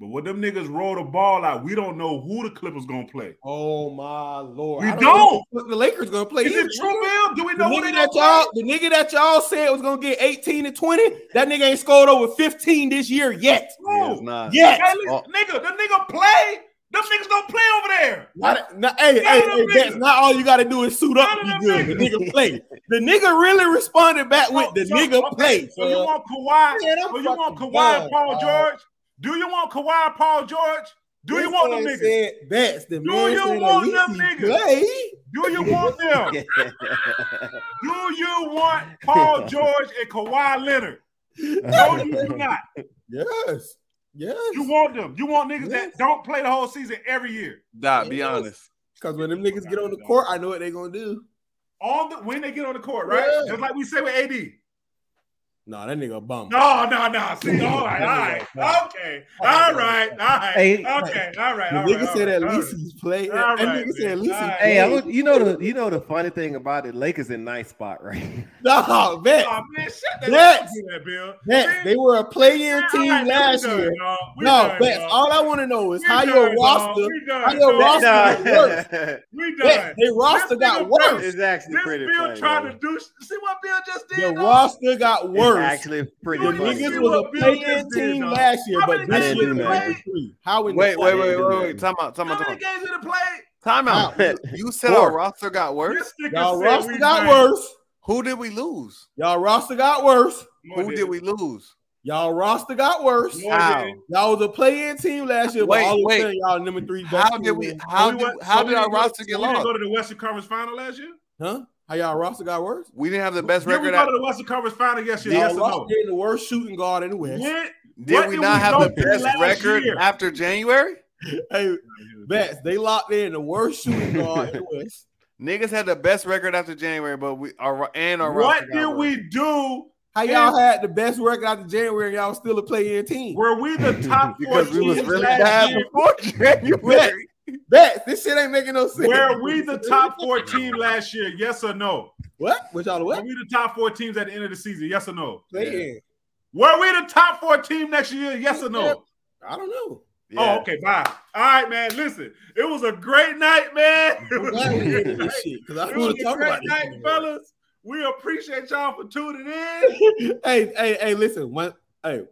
But when them niggas roll the ball out, we don't know who the Clippers gonna play.
Oh my lord!
We
I
don't.
know what the Lakers gonna play.
Is
either.
it true, Bill? Do we
The
know who
nigga
they
that
gonna play?
y'all, the nigga that y'all said was gonna get 18 to 20, that nigga ain't scored over 15 this year yet.
No.
It's not.
Yet.
That li-
Oh.
Nigga, the nigga play. Them niggas don't play over there.
Not, not, hey,
None
hey,
of
hey,
them
that's
niggas.
not all you gotta do is suit up
None
and
of
be
them
good. The nigga play. The nigga really responded back with the
So- so-
nigga
Oh, okay,
play.
So you
son.
want Kawhi?
Man, I'm
So you want
fucking
Kawhi and
done,
Paul
dog.
George? Do you want Kawhi and Paul George? Do you
This
want them
man
niggas?
said That's the
Do
man
you
said
want
at least
them
he
niggas?
play.
Do you want them?
*laughs*
Do you want Paul George and Kawhi Leonard? No, you
*laughs*
do not.
Yes. Yes.
You want them. You want niggas
Yes.
that don't play the whole season every year.
Doc, be
Yes.
honest.
Because when them niggas get on the court, I know what they gonna do.
On the when they get on the court, right?
Yeah.
Just like we say with AD.
Nah, that nigga a bum.
No, no, no. See, all right, all right, okay, all right, all right,
Hey,
okay, all right, all right.
The
all
nigga
right,
said
all
at
right.
least he's played.
All
That
right,
nigga said at
man.
least he
All right.
Hey, I
played.
would- you know the you know the funny thing about it, Lakers in ninth spot,
*laughs*
right?
Nah, man.
Oh man, shut that
Yes.
do that, Bill.
That they were a play-in team last year. No, Bex, all I want to know is how your roster, how your roster got worse.
We
Bex,
done.
their roster
nigga
got worse.
*laughs* It's actually
This
pretty
Bill
funny.
trying
bro.
to do. See what Bill just did?
Their
dog?
roster got
It's
worse.
actually pretty
The
You didn't
funny.
see
niggas
what
was a
Bill
play-in
just did,
team
dog.
last year,
How
but
many
this
games
year
did
they
they
number
play?
three. How in
Wait,
the
wait,
fuck-
wait, wait, wait. Time out, time
How
out,
many
time out.
games did it play?
Time out. You said
Four.
our roster got worse.
This nigga
Y'all
said
roster
we
got
done.
worse.
Who did we lose?
Y'all roster got worse.
No, it
Who did
didn't.
we lose?
Y'all roster got worse.
No, it
How?
didn't.
Y'all was a play-in team last year, but
Wait,
all of a
wait.
sudden y'all number three. best
How
team
did we?
in-
How
So we
did?
went-
How
so we
did our
didn't go-
roster get
so we didn't
lost?
Go to the Western Conference Final last year.
Huh? How y'all roster got worse?
We didn't have the best
Did we
record.
go
At,
to the Western Conference Final yes, year?
Y'all
Yes or no?
roster in the worst shooting guard in the West.
When-
did
what
we
did
not
we
have
go
the
to
best
last
record
year?
after January?
Hey, Bats, they locked in the worst shooting guard in the
*laughs*
West.
Niggas had the best record after January, but we our and our
What
roster got
did
worse.
we do?
How y'all had the best record after January and y'all was still a play-in team?
Were
*laughs*
we the top four
Because we was
teams
really
last
bad
year?
before January.
Bats, this shit ain't making no sense.
Were we the top four team last year? Yes or no?
What? What y'all the
Were
what?
we the top four teams at the end of the season? Yes or no?
Play-in.
Were we the top four team next year? Yes or no?
I don't know.
*laughs* Oh, okay, bye. All right, man. Listen, it was a great night,
*laughs*
man. It
I'm
was
glad
a
we
great
did
night.
this shit because I
It
want
was
to
a
talk
great
about
night,
this.
fellas. We appreciate y'all for tuning in.
*laughs*
hey, hey, hey, listen. One, hey,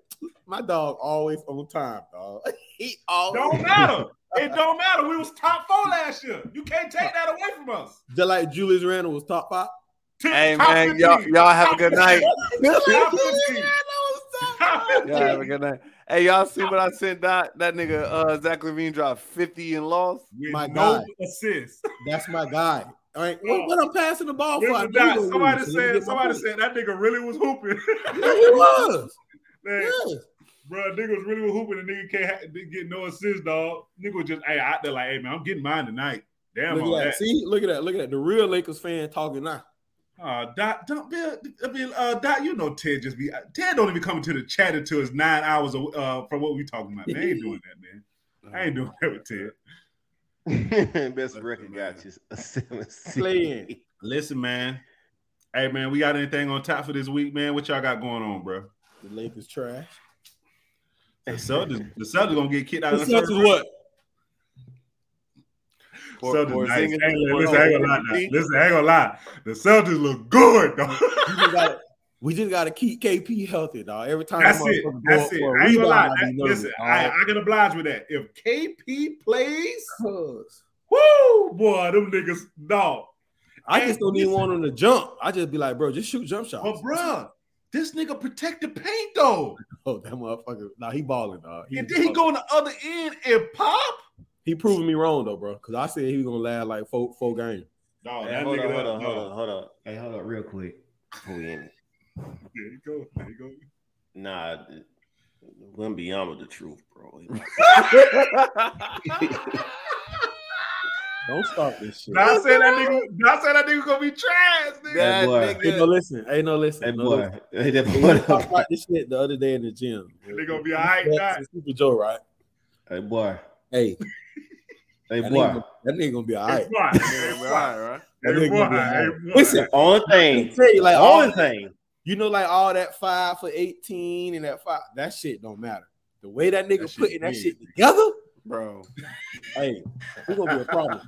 my dog always on time, dog. *laughs* He always
Don't matter. It don't matter. We was top four last year. You can't take that away from us.
just like Julius Randle was top
*laughs*
five.
T-
Hey
top
man, y'all
15.
y'all have a good night.
Top 15.
*laughs*
*laughs*
Top
Y'all have a good night. Hey, y'all see what I sent that that nigga uh, Zach Levine dropped fifty and lost.
With
My
no
God.
assists.
That's my guy. All right, what, what I'm passing the ball for? I
Listen,
knew
Doc,
he was
somebody
losing. Let me
said
get my
somebody
point.
said that nigga really was hooping. *laughs*
Yeah, he was.
Man,
Yes.
bro, nigga was really was hooping and nigga can't ha- didn't get no assists, dog. Nigga was just hey out there like, hey man, I'm getting mine tonight. Damn
Look
all
at
that.
that. See, look at that. Look at that. The real Lakers fan talking now.
Uh, Doc, don't be, I mean, uh, Doc, you know Ted just be Ted don't even come into the chat until it's nine hours uh, from what we talking about. Man, I ain't doing that, man. I ain't doing that with Ted. *laughs*
*laughs* Best record got you. *laughs* a seven seed.
Playing.
Listen, man. Hey, man, we got anything on top for this week, man? What y'all got going on, bro?
The Lakers trash.
The Celtics, the Celtics gonna get kicked out.
The
of the
Celtics
first
what?
Or-
Celtics
or
nice.
singing-
Hey,
or-
listen, I ain't gonna lie. Now. Listen, I ain't gonna lie. The Celtics look good, though.
We just gotta- *laughs* We just gotta keep KP healthy, dog. Every
*laughs*
time
That's
the
it.
motherfucker go
That's
up
it.
for a
I ain't gonna lie.
rebound, I
That-
be nervous,
listen,
dog.
I, I can oblige with that. If KP plays,
Cuz.
woo, boy, them niggas, dog.
I just don't even want him to jump. I just be like, bro, just shoot jump shots.
But bruh, this nigga protect the paint though.
Oh, that motherfucker. Nah, he balling, dog.
And then he go on the other end and pop.
He proving me wrong though, bro. Cause I said he was gonna last like four four games.
No,
Hey,
that
hold,
nigga.
up, hold
that-
up, hold
no.
up, hold up. Hey, hold up, real quick. Before we end it.
There you go. There you go.
Nah, it wouldn't be on with the truth, bro.
Don't start this shit.
Not saying that nigga. Not saying that nigga gonna be trash. Nigga.
That boy.
Hey, no, listen. Hey, no, listen.
Hey,
no,
boy.
listen.
Hey, that
We
*laughs*
was
boy.
talking about this shit the other day in the gym.
They gonna be all right. Nah.
That's Super Joe, right?
Hey,
*laughs*
boy.
Hey,
Hey,
that
boy.
nigga, that nigga gonna be *laughs* all right.
It's fine. It's
all
fine.
right, right?
That
Hey,
nigga gonna
boy,
be all
hey,
right.
boy.
Listen,
*laughs*
Only
I
thing.
tell you, like all,
Only thing.
you know, like all that five for eighteen and that five, that shit don't matter. The way that nigga
shit
putting that
big.
shit together,
Bro,
hey, we gonna be a problem.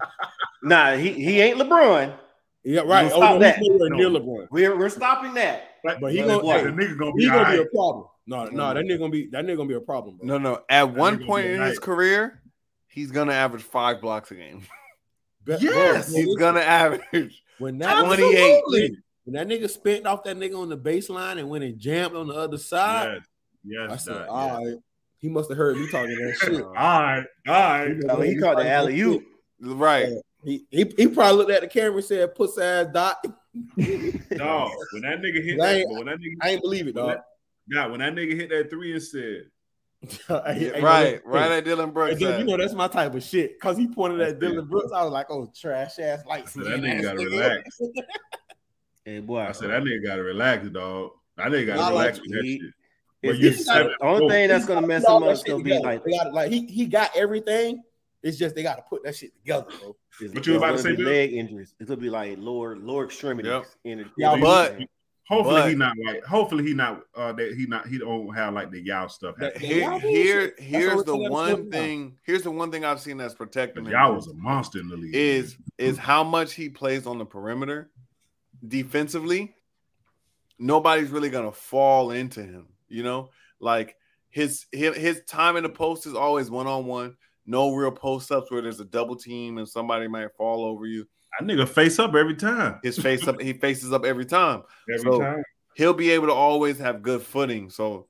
Nah, he, he ain't LeBron.
Yeah, right.
We'll
Oh,
stop
no, he's
that.
nowhere
No.
near LeBron.
We're, we're stopping that.
But he
But
gonna,
what?
hey,
The nigga gonna be
he
all
gonna be
right.
a problem. No, no, that nigga gonna be that nigga gonna be a problem. Bro.
no, no. At
nigga
one
gonna
point
be
in
a
his
knight.
career, he's gonna average five blocks a game.
But-
Yes!
bro,
He's gonna average.
when that
Absolutely.
28 when, that nigga spent off that nigga on the baseline and went and jammed on the other side.
Yes, yes,
I
nah,
said, all right, he must have heard me talking that
yes.
shit.
All right, all right.
Oh, he called the alley oop.
Right.
He, he he probably looked at the camera and said, "Puss ass dot."
No, when that nigga hit
Like,
that, when that nigga,
I ain't believe it, dog.
nah, when that nigga hit that three and said,
*laughs* I ain't-
Yeah,
ain't no
right.
way.
Right at Dylan
And
Brooks.
then, you
at.
know that's my type of shit. Cause he pointed at
That's it.
Dylan Brooks, I was like, "Oh, trash ass light
So that
skin."
nigga
ass
gotta
nigga."
relax.
Hey, boy.
I said that nigga gotta relax, dog. That nigga
I
gotta
like
relax with that
you.
shit.
It's-
But you
it's-
seven-
the only
oh.
thing that's gonna mess
All
him up
that
is
shit
gonna be
together.
like
They gotta- like he he got everything. It's just they got to put that shit together, bro.
It's,
What you was
it's
about to
gonna
say,
be
Bill?
leg injuries. It could be like lower lower extremities.
Yep.
in-
Yeah,
but-
Hopefully
But-
he not like. Hopefully he not. Uh, that he not. He don't have like the y'all stuff.
That-
happening.
Here,
Y'all bullshit.
here,
That's
here's
what
the
we gotta
one
slim down.
thing. Here's the one thing I've seen that's protecting him
Y'all was a monster in the league.
is is how much he plays on the perimeter defensively. Nobody's really gonna fall into him, you know. Like his his, his time in the post is always one on one. No real post ups where there's a double team and somebody might fall over you.
that nigga face up every time.
His face up, he faces up every time.
Every
So,
time.
He'll be able to always have good footing. So,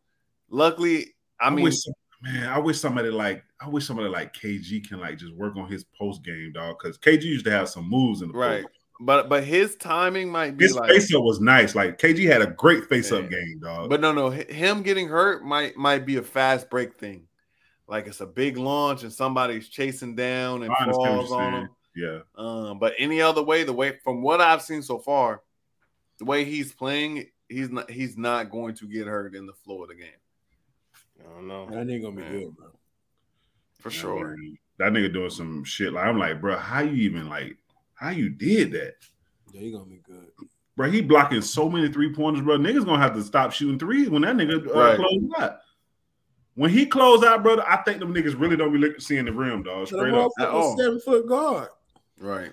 luckily, I mean,
wish, some- man, I wish somebody like I wish somebody like KG can like just work on his post game, dog. Because KG used to have some moves in the post.
right, but but his timing might be
His
like
face up was nice. Like KG had a great face up
Yeah.
game, dog.
But no, no, hi- him getting hurt might might be a fast break thing. Like it's a big launch and somebody's chasing down and
I understand what
falls
you're
on
saying.
him.
yeah,
Um, but any other way, the way from what I've seen so far, the way he's playing, he's not he's not going to get hurt in the flow of the game
I don't know.
That ain't gonna be
Man.
good, bro.
for sure.
That nigga doing some shit. Like I'm like, bro, how you even like how you did that,
Yeah, he gonna be good.
bro? He blocking so many three pointers, bro. Niggas gonna have to stop shooting threes when that nigga uh,
Right.
close out. When he close out, brother, I think them niggas really don't be looking, seeing the rim, dog.
So the
Straight up.
at
motherfucker's
all.
seven foot guard.
Right.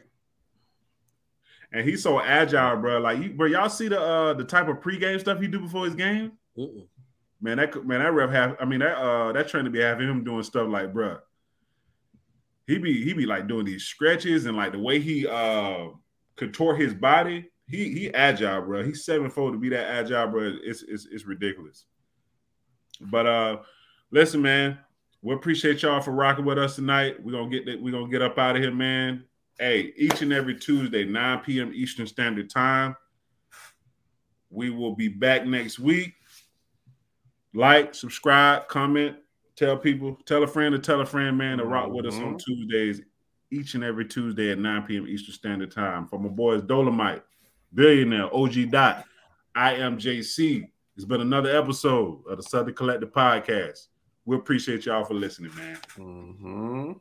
and he's so agile, bro. Like you, bro, y'all see the uh the type of pregame stuff he do before his game.
Mm-mm.
Man, that could- man, that ref have. I mean, that uh that trainer be having him doing stuff like, bro. He be he be like doing these stretches and like the way he uh contort his body. He he agile, bro. He's seven foot to be that agile, bro. It's it's it's ridiculous. But uh, listen, man. We appreciate y'all for rocking with us tonight. We're gonna get that, we're gonna get up out of here, man. Hey, each and every Tuesday, 9 p.m. Eastern Standard Time. We will be back next week. Like, subscribe, comment, tell people, tell a friend to tell a friend, man, to rock with us on Tuesdays, each and every Tuesday at 9 p.m. Eastern Standard Time. For my boys Dolomite, Billionaire, OG Dot, I am JC. It's been another episode of the Southern Collective Podcast. We appreciate y'all for listening, man.
Mm-hmm.